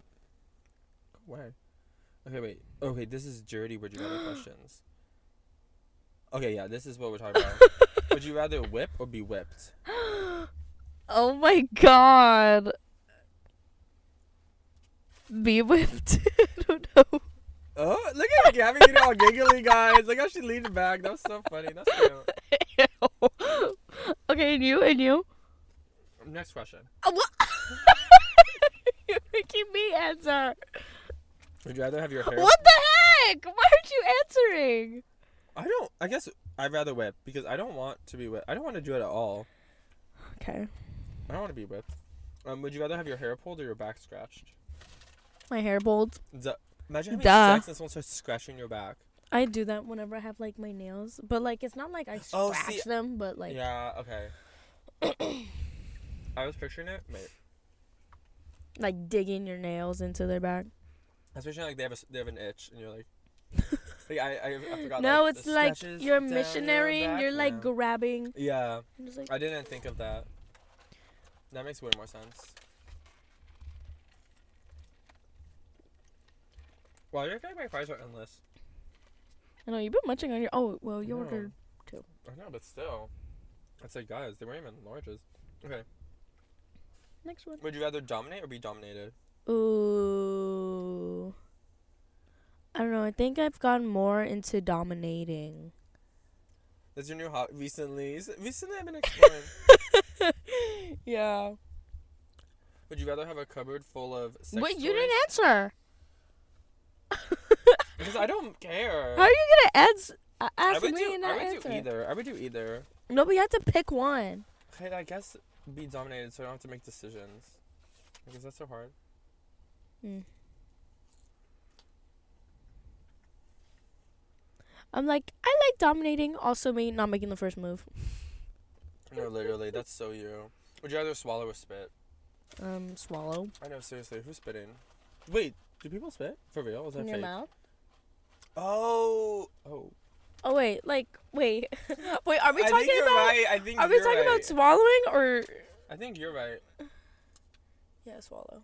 Speaker 2: god. Go away. Okay, wait. Okay, this is dirty would you rather questions. Okay, yeah, this is what we're talking about. would you rather whip or be whipped?
Speaker 1: Oh my god. Be whipped. I don't know.
Speaker 2: Oh, look at Gabby getting all giggly, guys. Look how she leaned back. That was so funny. That's cute.
Speaker 1: okay, and you and you.
Speaker 2: Next question.
Speaker 1: Uh, what? You're making me answer.
Speaker 2: Would you rather have your hair?
Speaker 1: What the heck? Why aren't you answering?
Speaker 2: I don't. I guess I'd rather whip because I don't want to be whipped. I don't want to do it at all.
Speaker 1: Okay.
Speaker 2: I don't want to be whipped. Um, would you rather have your hair pulled or your back scratched?
Speaker 1: My hair bold.
Speaker 2: Duh. Imagine having
Speaker 1: Duh.
Speaker 2: sex and someone starts scratching your back.
Speaker 1: I do that whenever I have like my nails, but like it's not like I scratch
Speaker 2: Oh, see-
Speaker 1: them, but like
Speaker 2: yeah. Okay. I was picturing it. Wait.
Speaker 1: like digging your nails into their back.
Speaker 2: Especially like they have a, s- they have an itch and you're like, like I, I, I forgot.
Speaker 1: no,
Speaker 2: like,
Speaker 1: it's
Speaker 2: the
Speaker 1: like
Speaker 2: stretches
Speaker 1: you're a
Speaker 2: down your
Speaker 1: missionary and
Speaker 2: back.
Speaker 1: you're like
Speaker 2: Yeah.
Speaker 1: grabbing.
Speaker 2: yeah,
Speaker 1: I'm just like,
Speaker 2: I didn't think of that. That makes way more sense. Wow, I feel like my fries are endless.
Speaker 1: I know you've been munching on your. Oh well, you
Speaker 2: No.
Speaker 1: ordered.
Speaker 2: I know, but still. I said, guys, they weren't even larges. Okay.
Speaker 1: Next one.
Speaker 2: Would you rather dominate or be dominated?
Speaker 1: Ooh. I don't know. I think I've gotten more into dominating.
Speaker 2: That's your new hot recently. s- Recently, I've been exploring.
Speaker 1: Yeah.
Speaker 2: Would you rather have a cupboard full of sex
Speaker 1: But you
Speaker 2: toys?
Speaker 1: didn't answer.
Speaker 2: Because I don't care.
Speaker 1: How are you gonna ans- a-
Speaker 2: I
Speaker 1: ask me
Speaker 2: would do,
Speaker 1: and
Speaker 2: I
Speaker 1: not
Speaker 2: would
Speaker 1: answer?
Speaker 2: do either. I would do either.
Speaker 1: No, but you have to pick one.
Speaker 2: Okay, I guess be dominated so I don't have to make decisions. Because that's so hard.
Speaker 1: I'm like, I like dominating. Also, me not making the first move.
Speaker 2: No, literally, that's so you. Would you rather swallow or spit?
Speaker 1: Um, swallow
Speaker 2: I know, seriously, who's spitting? Wait, do people spit? For real? Was that
Speaker 1: in your
Speaker 2: fake?
Speaker 1: mouth.
Speaker 2: Oh, oh.
Speaker 1: Oh wait, like wait, wait. Are we
Speaker 2: I
Speaker 1: talking
Speaker 2: think you're
Speaker 1: about?
Speaker 2: right. I think
Speaker 1: Are we
Speaker 2: you're
Speaker 1: talking about
Speaker 2: right.
Speaker 1: swallowing or?
Speaker 2: I think you're right.
Speaker 1: Yeah, swallow.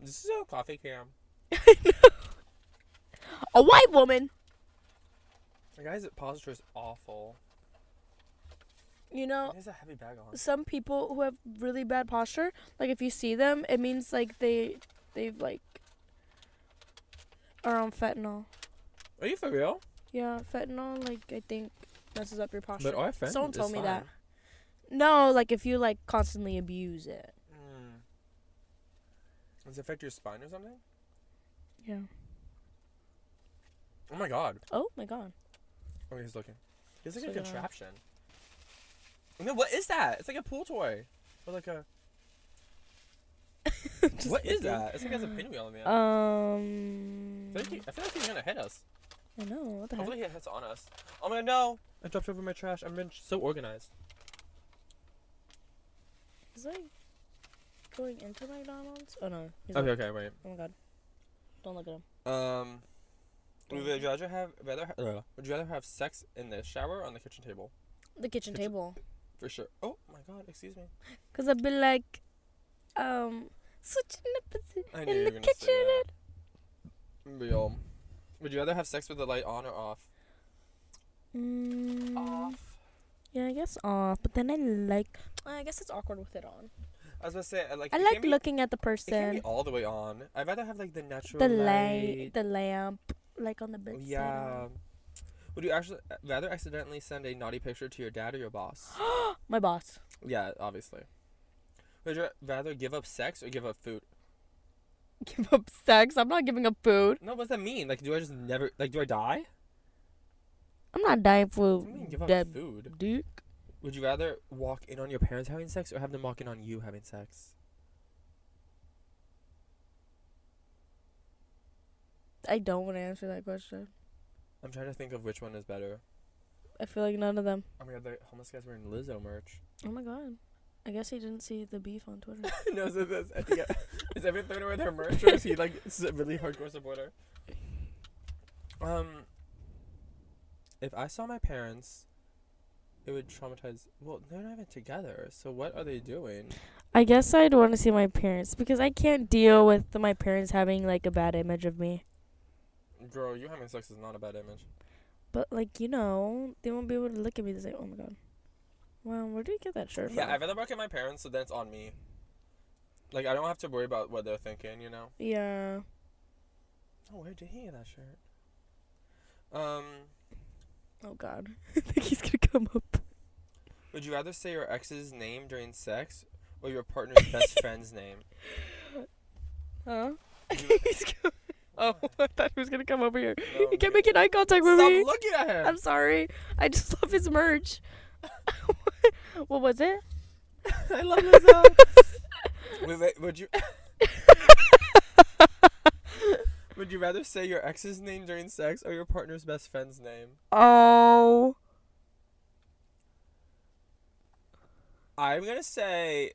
Speaker 2: This is a coffee cam.
Speaker 1: A white woman.
Speaker 2: Guys, that posture is awful.
Speaker 1: You know,
Speaker 2: He has a heavy bag on.
Speaker 1: some people who have really bad posture, like if you see them, it means like they they've like are on fentanyl.
Speaker 2: Are you for real?
Speaker 1: Yeah, fentanyl like I think messes up your posture.
Speaker 2: But our friend
Speaker 1: Someone
Speaker 2: is
Speaker 1: told me that.
Speaker 2: fine.
Speaker 1: No, like if you like constantly abuse it.
Speaker 2: Mm. Does it affect your spine or something?
Speaker 1: Yeah.
Speaker 2: Oh my god.
Speaker 1: Oh my god.
Speaker 2: Oh, he's looking. He's like
Speaker 1: So
Speaker 2: a
Speaker 1: did I.
Speaker 2: contraption. No, what is that? It's like a pool toy. Or like a. what is that? It's like it has a pinwheel in the end.
Speaker 1: Um.
Speaker 2: I, feel like he- I feel like he's gonna hit us.
Speaker 1: I know. What the heck?
Speaker 2: Hopefully, he hits on us. Oh my god, no! I dropped over my trash. I've been so organized.
Speaker 1: Is like going into McDonald's? Oh no. he's
Speaker 2: Okay,
Speaker 1: not.
Speaker 2: okay, wait.
Speaker 1: Oh my god. Don't look at him.
Speaker 2: Um, would you rather have rather ha- uh, would you rather have sex in the shower or on the kitchen table?
Speaker 1: The kitchen
Speaker 2: Kitchen-
Speaker 1: table.
Speaker 2: For sure. Oh my god, excuse me.
Speaker 1: Cause I'd be like, um, switching the
Speaker 2: I
Speaker 1: position
Speaker 2: knew you
Speaker 1: in
Speaker 2: were
Speaker 1: the
Speaker 2: gonna
Speaker 1: kitchen.
Speaker 2: say that. Real. Would you rather have sex with the light on or off?
Speaker 1: and- Mm, yeah, I guess off. But then I like, I guess it's awkward with it on.
Speaker 2: I was gonna say uh, like
Speaker 1: I
Speaker 2: it
Speaker 1: like
Speaker 2: can't be-
Speaker 1: looking at the
Speaker 2: It can't be
Speaker 1: person,
Speaker 2: all the way on. I'd rather have like the natural
Speaker 1: the light,
Speaker 2: light. Oh,
Speaker 1: the lamp, like on the bed.
Speaker 2: yeah. Would you actually uh, rather accidentally send a naughty picture to your dad or your boss?
Speaker 1: My boss.
Speaker 2: yeah, obviously. Would you rather give up sex or give up food?
Speaker 1: Give up sex. I'm not giving up food.
Speaker 2: No, what does that mean? Like, do I just never like? Do I die?
Speaker 1: I'm not dying
Speaker 2: I
Speaker 1: for
Speaker 2: mean, give up
Speaker 1: dead
Speaker 2: food.
Speaker 1: dude.
Speaker 2: Would you rather walk in on your parents having sex or have them walk in on you having sex?
Speaker 1: I don't want to answer that question.
Speaker 2: I'm trying to think of which one is better.
Speaker 1: I feel like none of them.
Speaker 2: Oh my god, the homeless guys wearing Lizzo merch.
Speaker 1: Oh my god. I guess he didn't see the beef on Twitter.
Speaker 2: no, so that's, I think, is every third wearing their merch or is he like s- a really hardcore supporter? Um, if I saw my parents, it would traumatize. Well, they're not even together, so what are they doing?
Speaker 1: I guess I'd want to see my parents because I can't deal with my parents having like a bad image of me.
Speaker 2: Girl, you having sex is not a bad image.
Speaker 1: But like you know, they won't be able to look at me and say, "Oh my god, wow, where did you get that shirt
Speaker 2: Yeah,
Speaker 1: from?"
Speaker 2: I'd rather walk in my parents, so then it's on me. Like, I don't have to worry about what they're thinking, you know?
Speaker 1: yeah.
Speaker 2: Oh, where did he get that shirt? Um,
Speaker 1: Oh god, I think he's gonna come up.
Speaker 2: would you rather say your ex's name during sex or your partner's best friend's name?
Speaker 1: Huh?
Speaker 2: You-
Speaker 1: he's go- oh, I thought he was gonna come over here.
Speaker 2: No,
Speaker 1: he kept
Speaker 2: you-
Speaker 1: making eye contact with me.
Speaker 2: Stop looking at him.
Speaker 1: I'm sorry. I just love his merch. what was it?
Speaker 2: I love Lizzo. wait, wait, would you? would you rather say your ex's name during sex or your partner's best friend's name?
Speaker 1: Oh.
Speaker 2: I'm gonna say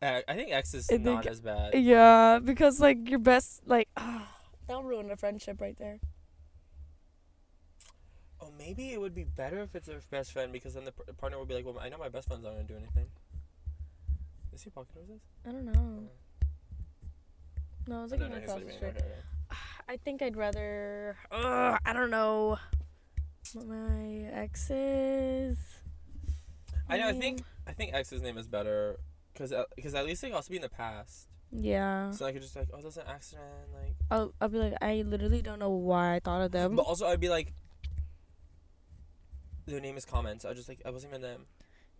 Speaker 2: Uh, I think X is
Speaker 1: I
Speaker 2: not
Speaker 1: think-
Speaker 2: as bad.
Speaker 1: Yeah, because like your best like ah, that'll ruin a friendship right there.
Speaker 2: Oh, maybe it would be better if it's their best friend because then the p- partner would be like, well, I know my best friend's not gonna do anything. Is he pocket roses?
Speaker 1: I don't know. No, I was
Speaker 2: Oh,
Speaker 1: looking
Speaker 2: no, no, he's
Speaker 1: across the
Speaker 2: leaving.
Speaker 1: street.
Speaker 2: Okay, okay.
Speaker 1: I think I'd rather. Ugh, I don't know. What my exes.
Speaker 2: I know. I
Speaker 1: name-
Speaker 2: think I think X's name is better because because at least they could also be in the past.
Speaker 1: Yeah.
Speaker 2: So I could just be like, oh, that's an accident. Like,
Speaker 1: I'll, I'll be like, I literally don't know why I thought of them.
Speaker 2: but also I'd be like, their name is comments. I just like I wasn't even them.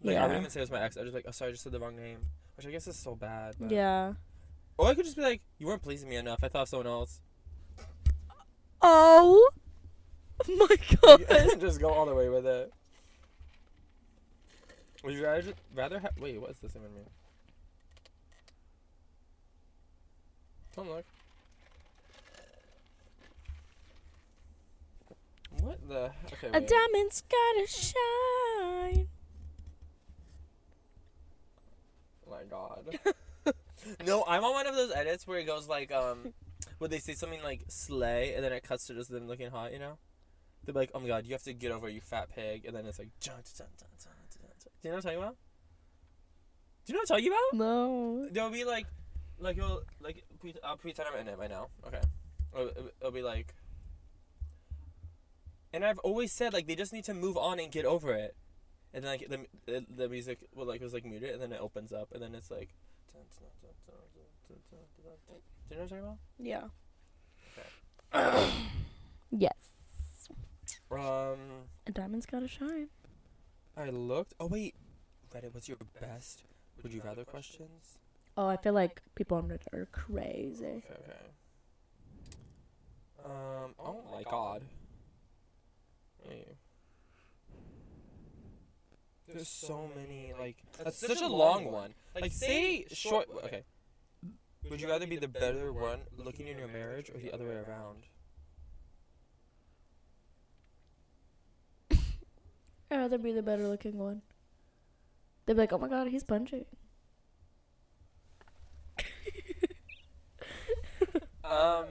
Speaker 2: Like I
Speaker 1: Yeah.
Speaker 2: wouldn't even say it was my ex. I just like, oh, sorry, I just said the wrong name. Which I guess is so bad. but-
Speaker 1: Yeah.
Speaker 2: Or I could just be like, you weren't pleasing me enough. I thought of someone else.
Speaker 1: Oh my god.
Speaker 2: just go all the way with it. Would you rather rather ha- wait? What is this even mean? Don't look. What the? Okay,
Speaker 1: a
Speaker 2: wait.
Speaker 1: diamond's gotta shine.
Speaker 2: Oh my god. no, I'm on one of those edits where it goes like, um, would they say something like slay, and then it cuts to just them looking hot, you know? They're like, oh my god, you have to get over it, you fat pig, and then it's like, dun, dun, dun, dun, dun, dun, dun. do you know what I'm talking about? Do you know what I'm talking about?
Speaker 1: No.
Speaker 2: There'll be like, like it'll like pre- I'll pretend I'm in it right now. Okay, it'll, it'll be like, and I've always said like they just need to move on and get over it, and then like the the, the music well like was like muted and then it opens up and then it's like, do you know what I'm talking
Speaker 1: Yeah. yes.
Speaker 2: about? Um,
Speaker 1: A diamond's gotta shine.
Speaker 2: I looked. Oh wait, Reddit, what's your best? Would you rather questions?
Speaker 1: Oh, I feel like people on Reddit are crazy.
Speaker 2: Okay, okay. Um, oh my god. Wait. There's so many, like, that's such a long one. Like, say short. Okay. Would you rather be the better one looking in your marriage or the other way around?
Speaker 1: I'd rather Oh, be the better looking one. They'd be like, oh my god, he's punching.
Speaker 2: Um.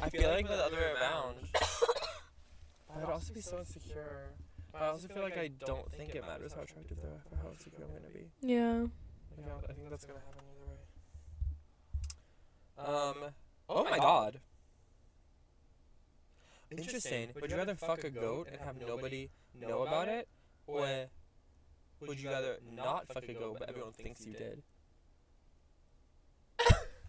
Speaker 2: I feel like with the other way around. But I'd also be so insecure. But I also feel like I don't think it matters how attractive they are, how insecure I'm gonna be.
Speaker 1: Yeah.
Speaker 2: You know, Oh I think that's gonna happen either way. Um. Oh my god. Interesting. Would you rather fuck a goat and have nobody know about it, or would you rather not fuck a goat but everyone thinks you did?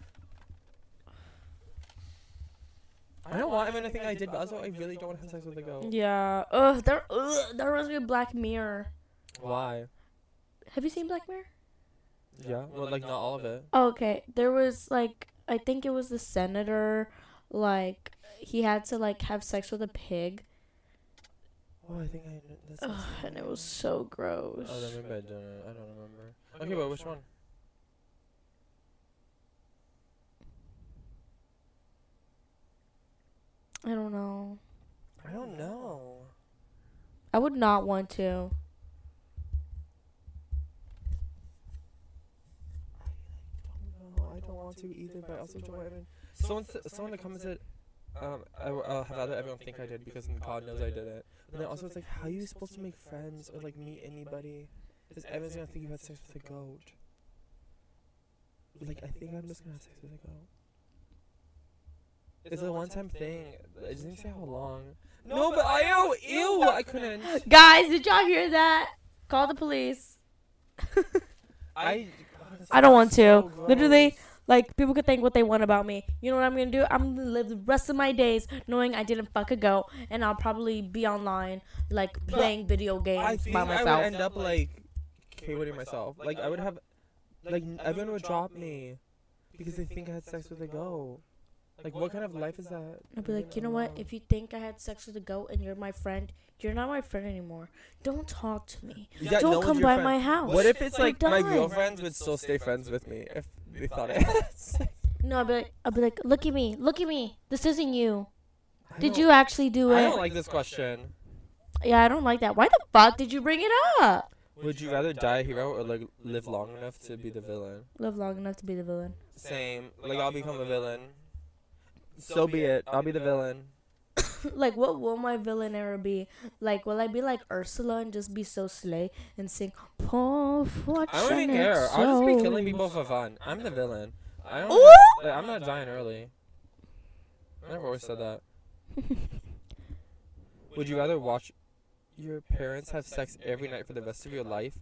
Speaker 2: I don't want anyone to think I did, but also I really don't want to have sex with a goat.
Speaker 1: Yeah. Ugh, there, ugh, there reminds me of Black Mirror.
Speaker 2: Why?
Speaker 1: Have you seen Black Mirror?
Speaker 2: Yeah. Well, like not all of it.
Speaker 1: Oh, okay. There was like, I think it was the senator, like, he had to like have sex with a pig.
Speaker 2: Oh, I think I. That's
Speaker 1: Ugh, and it was so gross.
Speaker 2: Oh, then maybe I don't. I don't remember. Okay, but which one?
Speaker 1: I don't know.
Speaker 2: I don't know.
Speaker 1: I would not want to.
Speaker 2: No, I don't want to either, but I also don't want anyone. Someone, s- someone that comes in, um, I, w- I'll have rather everyone think I did because God knows I did it. And then also, it's like, how are you supposed to make friends or like meet anybody? Because everyone's gonna think you had sex with a goat. Like, I think I'm just gonna have sex with a goat. It's a one-time thing. I just didn't say how long. No, but I oh ew, I couldn't.
Speaker 1: Guys, did y'all hear that? Call the police.
Speaker 2: I.
Speaker 1: I don't want
Speaker 2: so
Speaker 1: to. Literally,
Speaker 2: gross.
Speaker 1: like people could think what they want about me. You know what I'm gonna do? I'm gonna live the rest of my days knowing I didn't fuck a goat, and I'll probably be online like playing video
Speaker 2: I
Speaker 1: games
Speaker 2: think
Speaker 1: by
Speaker 2: I would
Speaker 1: myself.
Speaker 2: end up like K-wording myself. Like I would have, like n- everyone would drop me because they think I had sex with a goat. Like what kind of life is that?
Speaker 1: I'll be like, you know what? If you think I had sex with a goat and you're my friend, you're not my friend anymore. Don't talk to me.
Speaker 2: Yeah, no
Speaker 1: Don't
Speaker 2: one's
Speaker 1: come
Speaker 2: your
Speaker 1: by
Speaker 2: friend.
Speaker 1: my house.
Speaker 2: What if it's
Speaker 1: You're
Speaker 2: like my
Speaker 1: done.
Speaker 2: girlfriends would still stay friends with me if they thought I had sex?
Speaker 1: No, I'll be like, I'll be like, look at me, look at me. This isn't you.
Speaker 2: I
Speaker 1: Did
Speaker 2: don't-
Speaker 1: you actually do
Speaker 2: I
Speaker 1: it?
Speaker 2: don't like this question.
Speaker 1: yeah, I don't like that. Why the fuck did you bring it up?
Speaker 3: Would you rather die a hero or like live long enough to be the villain?
Speaker 1: Live long enough to be the villain.
Speaker 2: Same. Like I'll become a villain.
Speaker 3: So be it. I'll be the villain.
Speaker 1: like, what will my villain era be? Like, will I be like Ursula and just be so slay and sing, Poor fortune.
Speaker 2: I don't even care.
Speaker 1: and
Speaker 2: I'll just be killing
Speaker 1: sorrow."
Speaker 2: people for fun. I'm the villain. I don't.
Speaker 1: Ooh!
Speaker 2: like, I'm not dying early. I never always said that. Would you rather watch your parents have sex every night for the rest of your life,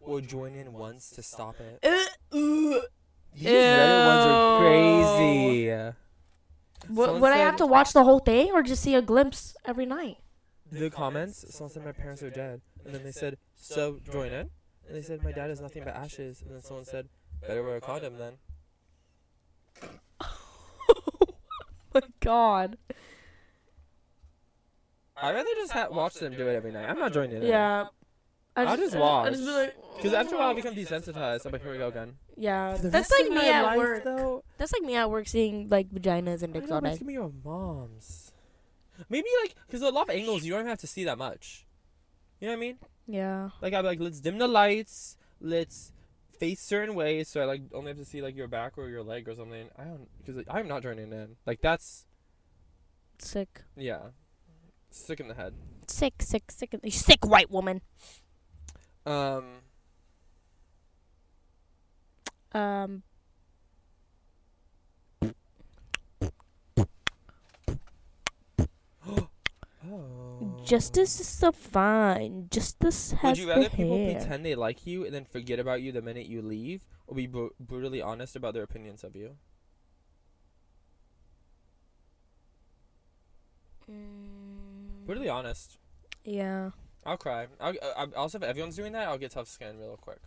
Speaker 2: or join in once to stop it?
Speaker 1: Uh, ooh.
Speaker 2: These Reddit ones are
Speaker 1: Ew.
Speaker 2: crazy.
Speaker 1: What,
Speaker 2: Someone
Speaker 1: would I
Speaker 2: said-
Speaker 1: have to watch the whole thing or just see a glimpse every night?
Speaker 2: The comments, someone said my parents are dead, and then they said, so join in, and they said my dad is nothing but ashes, and then someone said, better wear a condom then.
Speaker 1: my God.
Speaker 2: I'd rather just ha- watch them do it every night. I'm not joining in.
Speaker 1: Yeah. I
Speaker 2: I'll just
Speaker 1: I just be
Speaker 2: watch.
Speaker 1: like,
Speaker 2: Because after a while, I become desensitized. I'm like, here we go again.
Speaker 1: yeah.
Speaker 2: For Uh, the
Speaker 1: That's
Speaker 2: rest
Speaker 1: like
Speaker 2: of
Speaker 1: me
Speaker 2: my
Speaker 1: at
Speaker 2: life,
Speaker 1: work.
Speaker 2: Though,
Speaker 1: That's like me at work seeing like vaginas and
Speaker 2: I
Speaker 1: dicks
Speaker 2: know,
Speaker 1: all
Speaker 2: but it's
Speaker 1: day.
Speaker 2: gonna be your mom's. Maybe like, because a lot of angles, you don't even have to see that much. You know what I mean?
Speaker 1: Yeah.
Speaker 2: Like I'm like, let's dim the lights. Let's face certain ways, so I like only have to see like your back or your leg or something. I don't because like, I'm not joining in. Like that's
Speaker 1: Sick.
Speaker 2: yeah, sick in the head.
Speaker 1: Sick, sick, sick. You sick white woman.
Speaker 2: Um,
Speaker 1: Um.
Speaker 2: oh.
Speaker 1: Justice is so fine. Justice has
Speaker 2: Would you rather
Speaker 1: the
Speaker 2: people
Speaker 1: hair.
Speaker 2: pretend they like you and then forget about you the minute you leave, or be bru- brutally honest about their opinions of you?
Speaker 1: Mm,
Speaker 2: Brutally honest.
Speaker 1: yeah.
Speaker 2: I'll cry. I'll, I, I- also, if everyone's doing that, I'll get tough skin real quick.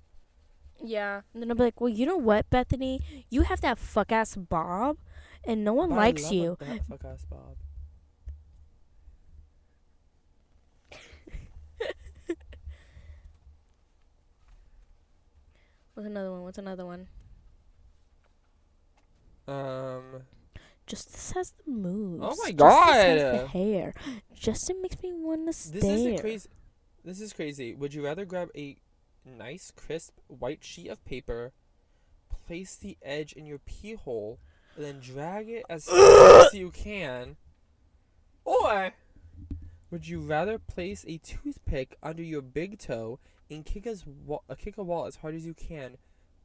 Speaker 1: Yeah. And then I'll be like, well, you know what, Bethany? You have that fuck ass Bob, and no one
Speaker 2: But I
Speaker 1: likes
Speaker 2: love
Speaker 1: you.
Speaker 2: that fuck ass Bob.
Speaker 1: What's another one? What's another one?
Speaker 2: Um,
Speaker 1: Justice has the moves.
Speaker 2: Oh my
Speaker 1: Justice has the
Speaker 2: God.
Speaker 1: hair. Justin makes me want to stare.
Speaker 2: this is crazy. This is crazy. Would you rather grab a nice, crisp white sheet of paper, place the edge in your pee hole, and then drag it as far as you can, or would you rather place a toothpick under your big toe and kick a, wa- uh, kick a wall as hard as you can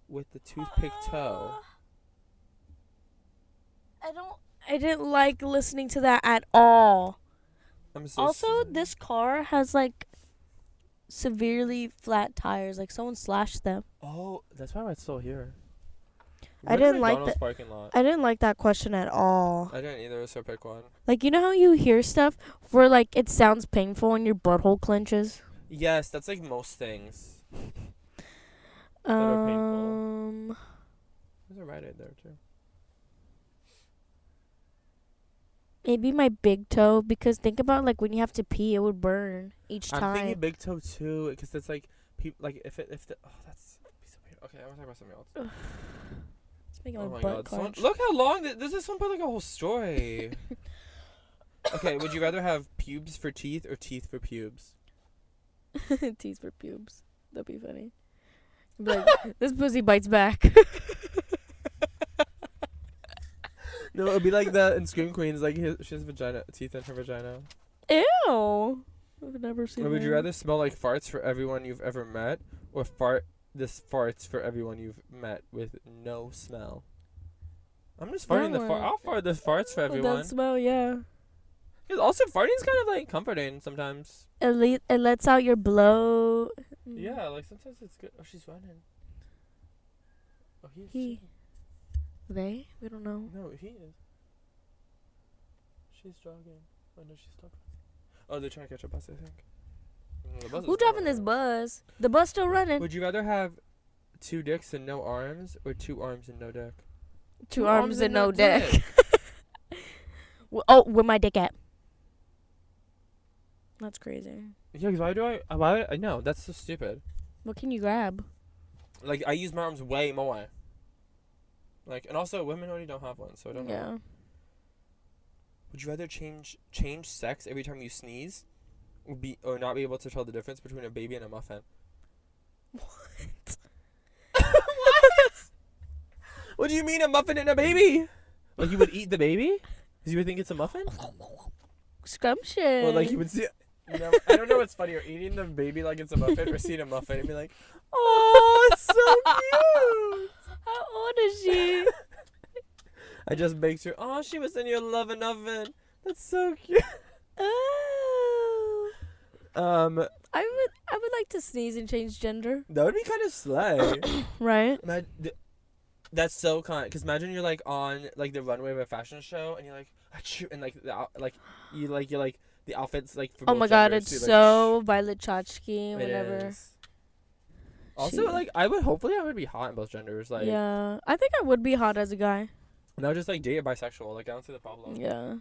Speaker 2: with the toothpick toe?
Speaker 1: Ah. I don't. I didn't like listening to that at all.
Speaker 2: I'm so
Speaker 1: Also,
Speaker 2: sorry.
Speaker 1: this car has like severely flat tires. Like someone slashed them.
Speaker 2: Oh, that's why I'm still here.
Speaker 1: I didn't like
Speaker 2: McDonald's
Speaker 1: the-
Speaker 2: parking lot.
Speaker 1: I didn't like that question at all.
Speaker 2: I didn't either. So pick one.
Speaker 1: Like you know how you hear stuff where like it sounds painful and your butthole clenches.
Speaker 2: Yes, that's like most things. are painful.
Speaker 1: Um.
Speaker 2: There's a Rite Aid there too.
Speaker 1: Maybe my big toe because think about like when you have to pee, it would burn each
Speaker 2: I'm
Speaker 1: time.
Speaker 2: thinking big toe too, because it's like people like if it if the oh that's piece of paper. Okay, I want to talk about something else.
Speaker 1: It's making
Speaker 2: oh
Speaker 1: my,
Speaker 2: my
Speaker 1: butt
Speaker 2: god, someone,
Speaker 1: clench.
Speaker 2: look how long th- this is. Someone put like a whole story. okay, would you rather have pubes for teeth or teeth for pubes?
Speaker 1: Tease for pubes. That'd be funny. Be like, this pussy bites back.
Speaker 2: No, it'd be like that in Scream Queens. Like his, she has vagina teeth in her vagina.
Speaker 1: Ew. I've never seen.
Speaker 2: Or would you
Speaker 1: that.
Speaker 2: rather smell like farts for everyone you've ever met, or fart this farts for everyone you've met with no smell? I'm just
Speaker 1: That
Speaker 2: farting the fart.
Speaker 1: one.
Speaker 2: I'll fart the farts for
Speaker 1: Oh,
Speaker 2: everyone.
Speaker 1: That smell, yeah.
Speaker 2: 'Cause also farting's kind of like comforting sometimes.
Speaker 1: It, le- it lets out your blow. Mm.
Speaker 2: Yeah, like sometimes it's good. Oh, she's running. Oh, he's
Speaker 1: He. They? We don't know.
Speaker 2: No, he is. She's jogging. Oh no, she's stopped. Oh, they're trying to catch a bus, I think. Mm, the bus
Speaker 1: Who
Speaker 2: is
Speaker 1: driving
Speaker 2: going
Speaker 1: this
Speaker 2: nowhere.
Speaker 1: bus? The bus still running.
Speaker 2: Would you rather have two dicks and no arms, or two arms and no dick?
Speaker 1: Two arms and no dick. Wh- Oh, where my dick at? That's crazy.
Speaker 2: Yeah, because why do I? uh, Why I no? That's so stupid.
Speaker 1: What can you grab?
Speaker 2: Like I use my arms way more. Like and also women already don't have one, so I don't know.
Speaker 1: Yeah.
Speaker 2: Would you rather change change sex every time you sneeze, or be or not be able to tell the difference between a baby and a muffin?
Speaker 1: What?
Speaker 2: What do you mean a muffin and a baby? Like you would eat the baby? Because you would think it's a muffin?
Speaker 1: Scrumptious.
Speaker 2: Or like you would see. You know, I don't know what's funnier, eating the baby like it's a muffin or seeing a muffin and be like, oh, it's so cute.
Speaker 1: How old is she?
Speaker 2: I just baked her. Oh, she was in your loving oven. That's so cute.
Speaker 1: oh. I
Speaker 2: Um,
Speaker 1: would I would like to sneeze and change gender.
Speaker 2: that would be kind of slay.
Speaker 1: Right?
Speaker 2: Ima- th- that's so con. Cause imagine you're like on like the runway of a fashion show, and you're like, Achoo! and like the out- like you like you like the outfits like. For
Speaker 1: Oh
Speaker 2: both
Speaker 1: my god,
Speaker 2: genders,
Speaker 1: it's
Speaker 2: you're like,
Speaker 1: so Violet Chachki,
Speaker 2: "It
Speaker 1: whatever.
Speaker 2: is." Also,
Speaker 1: She-
Speaker 2: like I would hopefully I would be hot in both genders. Like,
Speaker 1: yeah. I think I would be hot as a guy.
Speaker 2: and I would just like date a bisexual. Like I don't see the problem.
Speaker 1: Yeah.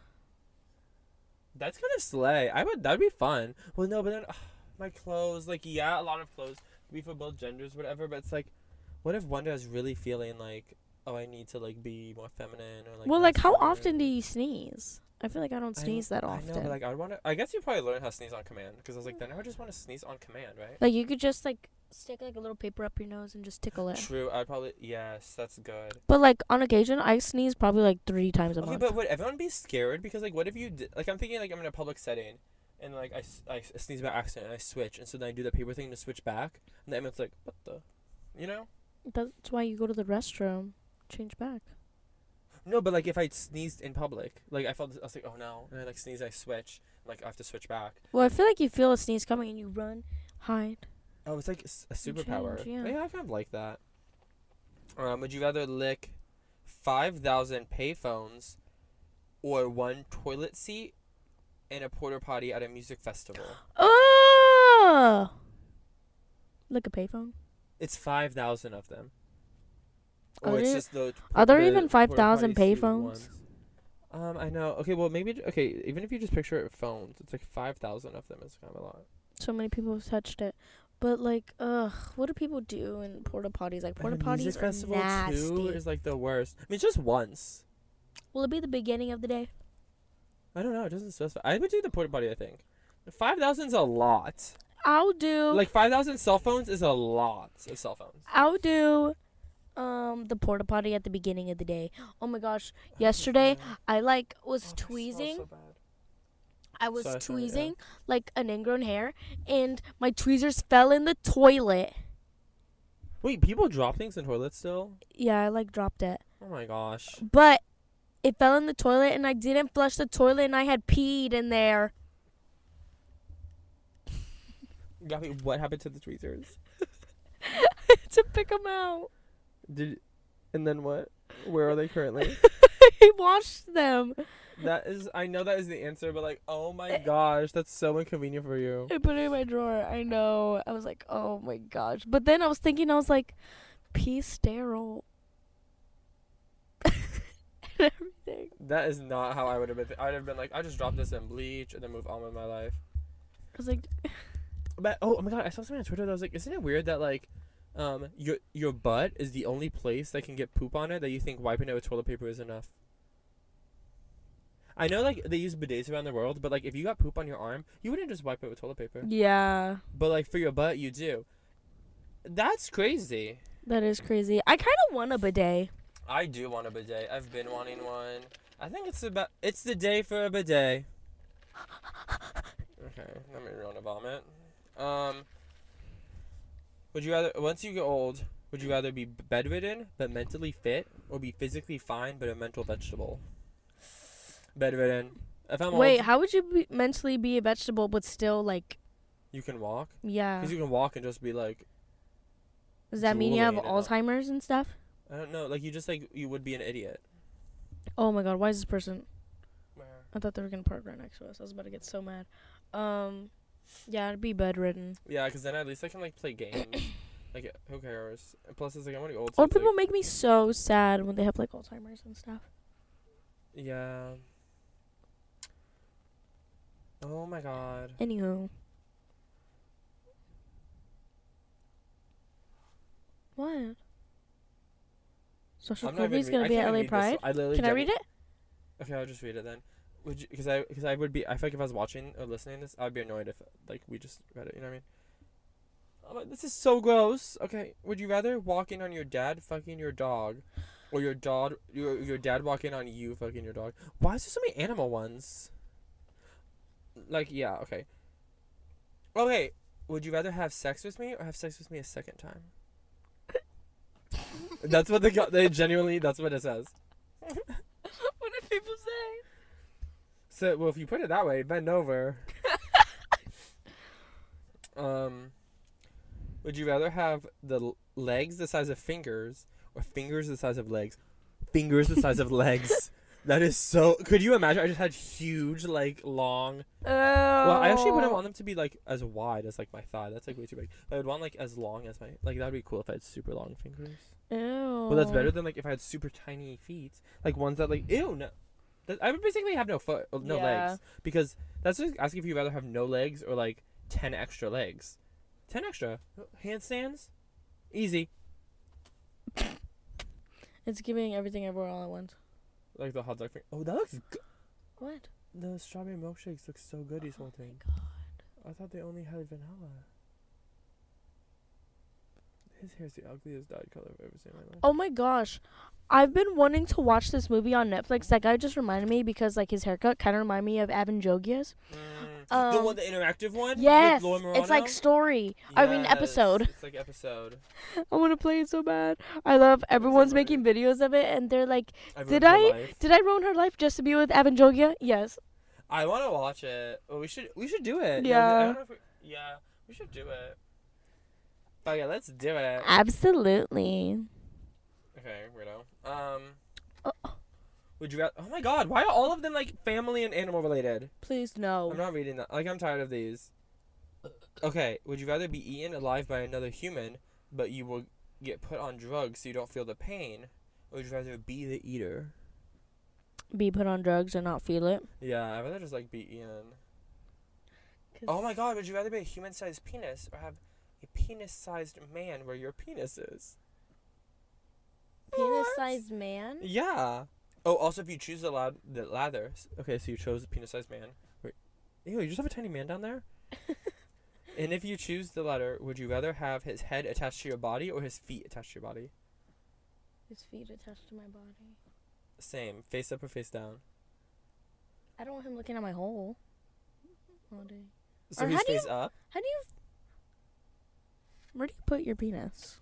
Speaker 2: That's kind of slay. I would. That'd be fun. Well, no, but then ugh, my clothes. Like, yeah, a lot of clothes be for both genders, whatever. But it's like, what if one day I was really feeling like, oh, I need to like be more feminine or like.
Speaker 1: well, like how often do
Speaker 2: you?
Speaker 1: you sneeze? I feel like I don't
Speaker 2: I-
Speaker 1: sneeze that
Speaker 2: I know,
Speaker 1: often.
Speaker 2: but
Speaker 1: like,
Speaker 2: like I want to. I guess you probably learn how to sneeze on command because I was like, then I would just want to sneeze on command, right?
Speaker 1: you could just like stick like a little paper up your nose and just tickle it.
Speaker 2: True. I'd probably yes, that's good.
Speaker 1: But like on occasion, I sneeze probably like three times a
Speaker 2: Okay,
Speaker 1: month.
Speaker 2: but would everyone be scared? Because like, what if you di- like? I'm thinking like I'm in a public setting, and like I, s- I s- sneeze by accident and I switch, and so then I do the paper thing to switch back, and the admin's like, what the, you know?
Speaker 1: That's why you go to the restroom, change back.
Speaker 2: No, but like if I sneezed in public, like I felt I was like, oh no, and I like sneeze, I switch, like I have to switch back.
Speaker 1: Well, I feel like you feel a sneeze coming and you run, hide.
Speaker 2: Oh, it's like s- a superpower.
Speaker 1: change, yeah.
Speaker 2: yeah. I kind of like that. Um, would you rather lick 5,000 payphones or one toilet seat in a porter potty at a music festival?
Speaker 1: Oh! Like a payphone.
Speaker 2: It's 5,000 of them.
Speaker 1: Are
Speaker 2: Or it's
Speaker 1: there-
Speaker 2: just the.
Speaker 1: are there
Speaker 2: the
Speaker 1: even
Speaker 2: porta
Speaker 1: 5,000
Speaker 2: potty seat
Speaker 1: payphones?
Speaker 2: ones. Um, I know. Okay, well, maybe. j- Okay, even if you just picture it phones, it's like 5,000 of them. It's kind of a lot.
Speaker 1: So many people have touched it. But like, ugh, what do people do in porta potties? Like
Speaker 2: And
Speaker 1: porta
Speaker 2: a
Speaker 1: potties
Speaker 2: music
Speaker 1: are
Speaker 2: festival
Speaker 1: nasty.
Speaker 2: too is like the worst. I mean, just once.
Speaker 1: Will it be the beginning of the day?
Speaker 2: I don't know. It doesn't specify. I would do the porta potty. I think five thousand's a lot.
Speaker 1: I'll do.
Speaker 2: Like five thousand cell phones is a lot of cell phones.
Speaker 1: I'll do. Um, the porta potty at the beginning of the day. Oh my gosh! Yesterday, I like
Speaker 2: Oh,
Speaker 1: was tweezing. I was
Speaker 2: Sorry, sorry, yeah.
Speaker 1: tweezing like an ingrown hair, and my tweezers fell in the toilet.
Speaker 2: Wait, people drop things in toilets still?
Speaker 1: Yeah, I like dropped it,
Speaker 2: Oh my gosh.
Speaker 1: but it fell in the toilet, and I didn't flush the toilet, and I had peed in there.
Speaker 2: Gabby, what happened to the tweezers?
Speaker 1: to pick them out.
Speaker 2: Did and then what? Where are they currently?
Speaker 1: I washed them.
Speaker 2: that is I know that is the answer, but like, oh my gosh, that's so inconvenient for you.
Speaker 1: I put it in my drawer. I know. I was like, oh my gosh. But then I was thinking, I was like, pee sterile. and everything.
Speaker 2: That is not how I would have been. Th- I would have been like, I just drop this in bleach and then move on with my life.
Speaker 1: I was like,
Speaker 2: But oh, oh my god, I saw something on Twitter that was like, isn't it weird that like, um, your your butt is the only place that can get poop on it that you think wiping it with toilet paper is enough. I know like they use bidets around the world, but like if you got poop on your arm, you wouldn't just wipe it with toilet paper.
Speaker 1: yeah,
Speaker 2: But like for your butt, you do. That's crazy.
Speaker 1: that is crazy. I kind of want a bidet.
Speaker 2: I do want a bidet. I've been wanting one. I think it's about it's the day for a bidet. Okay, let me run a vomit. Um, would you rather once you get old, would you rather be bedridden but mentally fit, or be physically fine but a mental vegetable? Bedridden. If I'm
Speaker 1: Wait,
Speaker 2: old,
Speaker 1: how would you be mentally be a vegetable but still like,
Speaker 2: you can walk
Speaker 1: yeah?
Speaker 2: because you can walk and just be like
Speaker 1: Does that mean you have
Speaker 2: drooling and all-
Speaker 1: Alzheimer's and stuff?
Speaker 2: I don't know, like you just like you would be an idiot.
Speaker 1: Oh my god, why is this person? I thought they were gonna park right next to us. I was about to get so mad. Um, yeah, I'd be bedridden.
Speaker 2: Yeah, because then at least I can like play games. like who cares? And plus, it's like I want to get old. so
Speaker 1: Old
Speaker 2: it's, like-
Speaker 1: people make me so sad when they have like Alzheimer's and stuff.
Speaker 2: Yeah. Oh my god.
Speaker 1: Anywho. What? Social
Speaker 2: I'm not even
Speaker 1: Corby's
Speaker 2: re-
Speaker 1: gonna
Speaker 2: I
Speaker 1: be
Speaker 2: can't
Speaker 1: at LA
Speaker 2: even read
Speaker 1: Pride.
Speaker 2: this. I literally
Speaker 1: Can I
Speaker 2: don't-
Speaker 1: read it?
Speaker 2: Okay, I'll just read it then. Would you? Because I, because I would be. I feel like if I was watching or listening to this, I'd be annoyed if like we just read it. You know what I I'm like, this is so gross. Okay, would you rather walk in on your dad fucking your dog, or your dog your your dad walk in on you fucking your dog? Why is there so many animal ones? Like yeah, okay. Okay, would you rather have sex with me or have sex with me a second time? that's what the gu- they genuinely that's what it says.
Speaker 1: what did people say?
Speaker 2: So well, if you put it that way, bend over. um, would you rather have the l- legs the size of fingers or fingers the size of legs? Fingers the size of legs. That is so. Could you imagine? I just had huge, like long.
Speaker 1: Oh.
Speaker 2: Well, I actually wouldn't want them to be like as wide as like my thigh. That's like way too big. I would want like as long as my like. That'd be cool if I had super long fingers.
Speaker 1: Ew.
Speaker 2: Well, that's better than like if I had super tiny feet, like ones that like ew no. That- I would basically have no foot, uh, no
Speaker 1: Yeah.
Speaker 2: legs, because that's just asking if you rather have no legs or like ten extra legs. Ten extra handstands, easy.
Speaker 1: It's giving everything everywhere all at once.
Speaker 2: Like the hot dog. Thing. Oh, that looks. Go-
Speaker 1: What?
Speaker 2: the strawberry milkshakes look so good.
Speaker 1: Oh
Speaker 2: These whole thing. I thought they only had vanilla. His hair's the ugliest dyed color I've ever seen in my life.
Speaker 1: Oh my gosh. I've been wanting to watch this movie on Netflix. That guy just reminded me because like his haircut kind of reminded me of Avin Jogia's.
Speaker 2: Mm. the
Speaker 1: um,
Speaker 2: one, the interactive one.
Speaker 1: Yes.
Speaker 2: with Lou
Speaker 1: It's like
Speaker 2: Morano?
Speaker 1: story. I mean
Speaker 2: Yes,
Speaker 1: episode.
Speaker 2: It's like episode.
Speaker 1: I want to play it so bad. I love everyone's
Speaker 2: alright.
Speaker 1: making videos of it and they're like,
Speaker 2: I
Speaker 1: Did
Speaker 2: ruined her
Speaker 1: I-
Speaker 2: life.
Speaker 1: "Did I ruin her life just to be with Avin Jogia?" Yes.
Speaker 2: I want to watch it. Well, we should. We should do it. No, I
Speaker 1: Yeah.
Speaker 2: don't know if we, yeah, we should do it. Okay, let's do it.
Speaker 1: Absolutely.
Speaker 2: Okay, weirdo. Um,
Speaker 1: Oh.
Speaker 2: would you? ra- Oh my God! Why are all of them like family and animal related?
Speaker 1: Please
Speaker 2: I'm
Speaker 1: no.
Speaker 2: not reading that. Like I'm tired of these. Okay, would you rather be eaten alive by another human, but you will get put on drugs so you don't feel the pain, or would you rather be the eater?
Speaker 1: Be put on drugs and not feel it.
Speaker 2: Yeah, I'd rather just like be eaten. Oh my god, would you rather be a human sized penis or have a penis sized man where your penis is? What?
Speaker 1: Penis-sized man.
Speaker 2: Yeah. Oh, also, if you choose the, lad- the lather. s- Okay, so you chose the penis sized man. Wait. Ew, you just have a tiny man down there? and if you choose the latter, would you rather have his head attached to your body or his feet attached to your body?
Speaker 1: His feet attached to my body.
Speaker 2: Same. Face up or face down?
Speaker 1: I don't want him looking at my hole all day.
Speaker 2: So
Speaker 1: Or
Speaker 2: he's
Speaker 1: how do you-
Speaker 2: face up?
Speaker 1: How do you? Where do you put your penis?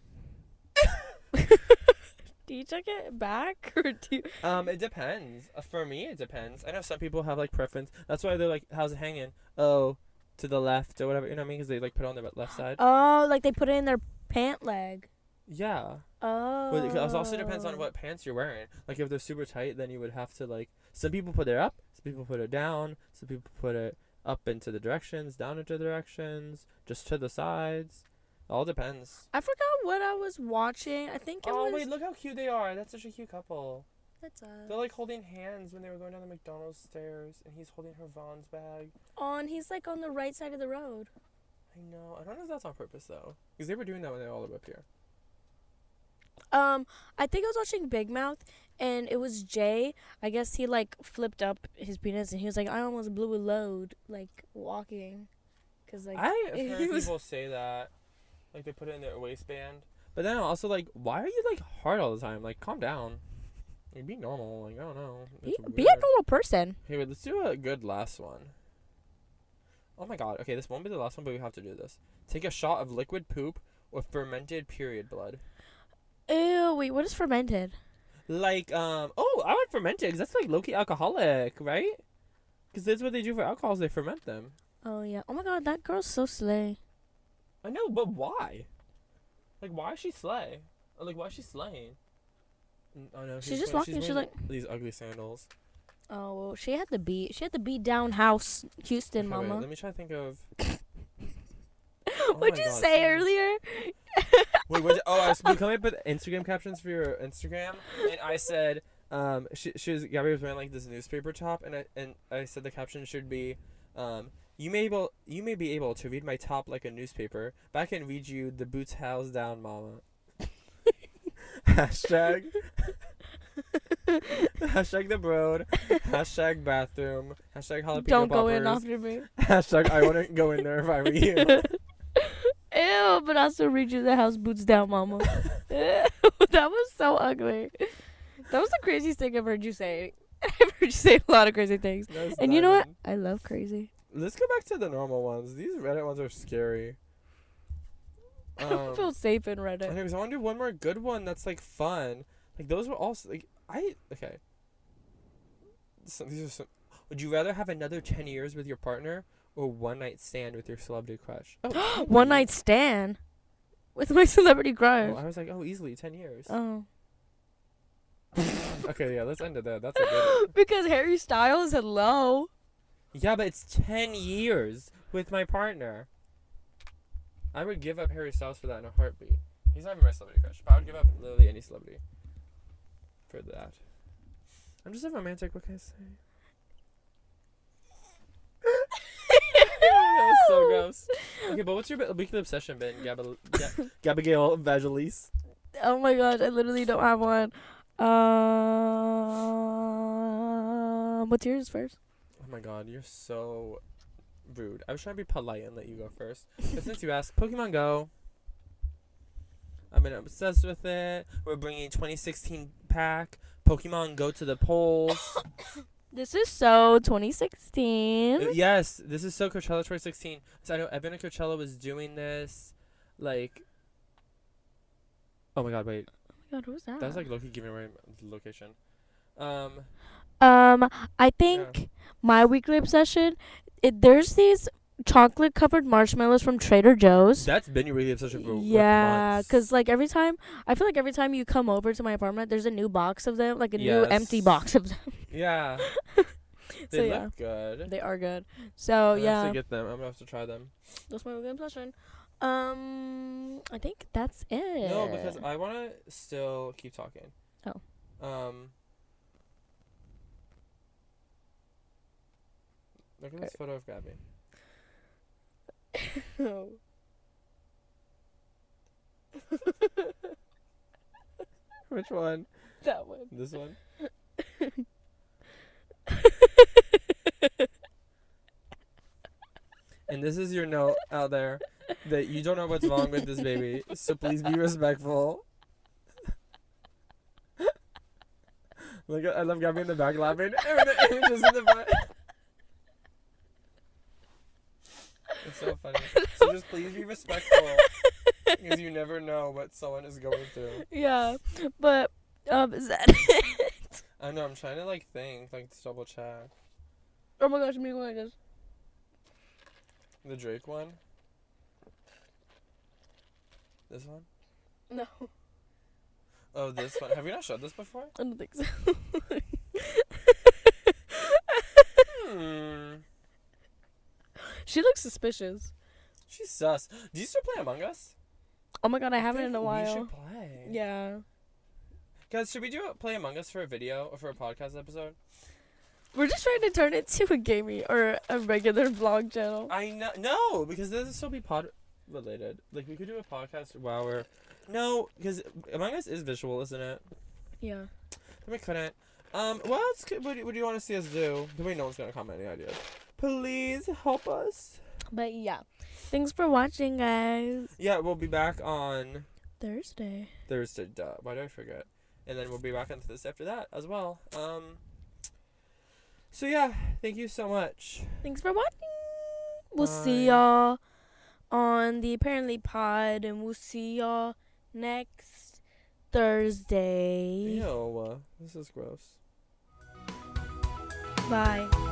Speaker 1: do you tuck it back or do you?
Speaker 2: Um, it depends. Uh, For me, it depends. I know some people have like preference. That's why they're like, how's it hanging? Oh, to the left or whatever. You know what I mean? Because they like put it on their left side.
Speaker 1: Oh, like they put it in their pant leg.
Speaker 2: Yeah.
Speaker 1: Oh.
Speaker 2: Well, it also depends on what pants you're wearing. Like if they're super tight, then you would have to like some people put it up, some people put it down, some people put it up into the directions, down into the directions, just to the sides. all depends.
Speaker 1: I forgot what I was watching. I think it
Speaker 2: Oh
Speaker 1: was.
Speaker 2: wait, look how cute they are. That's such a cute couple.
Speaker 1: That's us.
Speaker 2: They're like holding hands when they were going down the McDonald's stairs and he's holding her Vaughn's bag.
Speaker 1: On. He's like on the right side of the road.
Speaker 2: I know. I don't know if that's on purpose though. Because they were doing that when they were all up here.
Speaker 1: Um, I think I was watching Big Mouth, and it was Jay. I guess he like flipped up his penis, and he was like, "I almost blew a load like walking," because like
Speaker 2: I have
Speaker 1: he
Speaker 2: heard
Speaker 1: was-
Speaker 2: people say that, like they put it in their waistband. But then I'm also like, why are you like hard all the time? Like, calm down. Like, be normal. Like, I don't know.
Speaker 1: be,
Speaker 2: It's
Speaker 1: be a
Speaker 2: weird.
Speaker 1: normal person.
Speaker 2: Hey, wait, let's do a good last one. Oh my god. Okay, this won't be the last one, but we have to do this. Take a shot of liquid poop or fermented period blood.
Speaker 1: Ew, wait, what is fermented?
Speaker 2: Like, um, oh, I want fermented 'cause that's like low key alcoholic, right? Because that's what they do for alcohols. They ferment them.
Speaker 1: Oh yeah. Oh my god, that girl's so slay.
Speaker 2: I know, but why? Like, why is she slay? Or, like, why is she slaying? N- Oh no,
Speaker 1: She's just
Speaker 2: wearing-
Speaker 1: walking, she's
Speaker 2: wearing these ugly sandals.
Speaker 1: Oh, well, she had the beat. She had the beat down house, Houston,
Speaker 2: Okay, wait,
Speaker 1: mama.
Speaker 2: let me try to think of. Oh
Speaker 1: What'd
Speaker 2: my
Speaker 1: you
Speaker 2: God,
Speaker 1: say
Speaker 2: Sam.
Speaker 1: earlier?
Speaker 2: Wait, what? Oh, I was we come up with Instagram captions for your Instagram, and I said, um, she, she was Gabby was wearing like this newspaper top, and I and I said the caption should be, um, you may able you may be able to read my top like a newspaper, but I can read you the boots house down, mama. Hashtag. Hashtag the road. Hashtag bathroom. Hashtag jalapeno
Speaker 1: Don't go in
Speaker 2: poppers.
Speaker 1: after me.
Speaker 2: Hashtag I wouldn't go in there if I were you.
Speaker 1: Ew. Ew, but I'll still read you the house boots down, mama. Ew, that was so ugly. That was the craziest thing I've heard you say. I've heard you say a lot of crazy things.
Speaker 2: That's
Speaker 1: And you know what?
Speaker 2: diamond.
Speaker 1: I love crazy.
Speaker 2: Let's go back to the normal ones. These Reddit ones are scary.
Speaker 1: I don't feel
Speaker 2: Um,
Speaker 1: safe in
Speaker 2: I
Speaker 1: Reddit.
Speaker 2: know, 'cause I want to do one more good one that's like fun. Like those were all s- like I okay. So, these are some. Would you rather have another ten years with your partner or one night stand with your celebrity crush? Oh,
Speaker 1: One night stand with my celebrity
Speaker 2: Oh,
Speaker 1: crush.
Speaker 2: I was like, oh, easily ten years.
Speaker 1: Oh.
Speaker 2: Okay, yeah, let's end it there. That's a good. One.
Speaker 1: because Harry Styles, hello.
Speaker 2: Yeah, but it's ten years with my partner. I would give up Harry Styles for that in a heartbeat. He's not even my celebrity crush, but I would give up literally any celebrity for that. I'm just a romantic. What can I say? that was so gross. Okay, but what's your bi- weekly obsession, Ben? Gabal- Ga- Gabigail Vagelis.
Speaker 1: Oh my gosh, I literally don't have one. Um, what's yours first?
Speaker 2: Oh my god, you're so rude. I was trying to be polite and let you go first. But since you asked, Pokemon Go. I've been obsessed with it. We're bringing 2016 pack. Pokemon Go to the polls.
Speaker 1: This is so 2016.
Speaker 2: Uh, Yes, this is so Coachella 2016. So I know Evan at Coachella was doing this. Like, oh my god, wait.
Speaker 1: God, who's that?
Speaker 2: That's like Loki giving away my location. Um,
Speaker 1: um, I think my weekly obsession. It, there's these chocolate covered marshmallows from Trader Joe's.
Speaker 2: that's been your really obsession for like,
Speaker 1: yeah,
Speaker 2: months.
Speaker 1: cause like every time I feel like every time you come over to my apartment, there's a new box of them, like a new empty
Speaker 2: Yes.
Speaker 1: box of them.
Speaker 2: yeah, they
Speaker 1: so
Speaker 2: look
Speaker 1: yeah,
Speaker 2: good.
Speaker 1: they are good. So
Speaker 2: I'm gonna have
Speaker 1: Oh, yeah,
Speaker 2: to get them. I'm gonna have to try them.
Speaker 1: that's my weekly obsession. Um, I think that's it.
Speaker 2: No, because I wanna still keep talking. Oh. Um. Look at this photo of Gabby.
Speaker 1: No.
Speaker 2: Which one?
Speaker 1: that one.
Speaker 2: This one. and this is your note out there that you don't know what's wrong with this baby, so please be respectful. Look, at, I love Gabby in the back laughing. And the images in the front. It's so funny. So just please be respectful because you never know what someone is going through.
Speaker 1: Yeah, but um, is that it?
Speaker 2: I know. I'm trying to like think, like to double check
Speaker 1: Oh my gosh, I'm eating one of those.
Speaker 2: the Drake one. This one?
Speaker 1: No,
Speaker 2: Oh, this one. Have we not showed this before?
Speaker 1: I don't think so.
Speaker 2: Hmm.
Speaker 1: she looks suspicious.
Speaker 2: She's sus. Do you still play Among Us?
Speaker 1: Oh my god, I haven't
Speaker 2: think
Speaker 1: in a
Speaker 2: We
Speaker 1: while.
Speaker 2: should play.
Speaker 1: Yeah,
Speaker 2: Guys, should we do a play Among Us for a video or for a podcast episode?
Speaker 1: we're just trying to turn it to a gaming or a regular vlog channel.
Speaker 2: I know. No, because this will still be pod related. Like we could do a podcast while we're. No, because Among Us is visual, isn't it?
Speaker 1: Yeah.
Speaker 2: We couldn't. Um, what else could, what, do, what do you want to see us do? Wait, no one's gonna comment any ideas. Please help us.
Speaker 1: But yeah, thanks for watching, guys.
Speaker 2: Yeah, we'll be back on
Speaker 1: Thursday.
Speaker 2: Thursday. Duh. Why do I forget? And then we'll be back on this after that as well. Um. So yeah, thank you so much.
Speaker 1: Thanks for watching. We'll see
Speaker 2: Bye.
Speaker 1: y'all on the apparently pod, and we'll see y'all next Thursday.
Speaker 2: Ew, this is gross.
Speaker 1: Bye.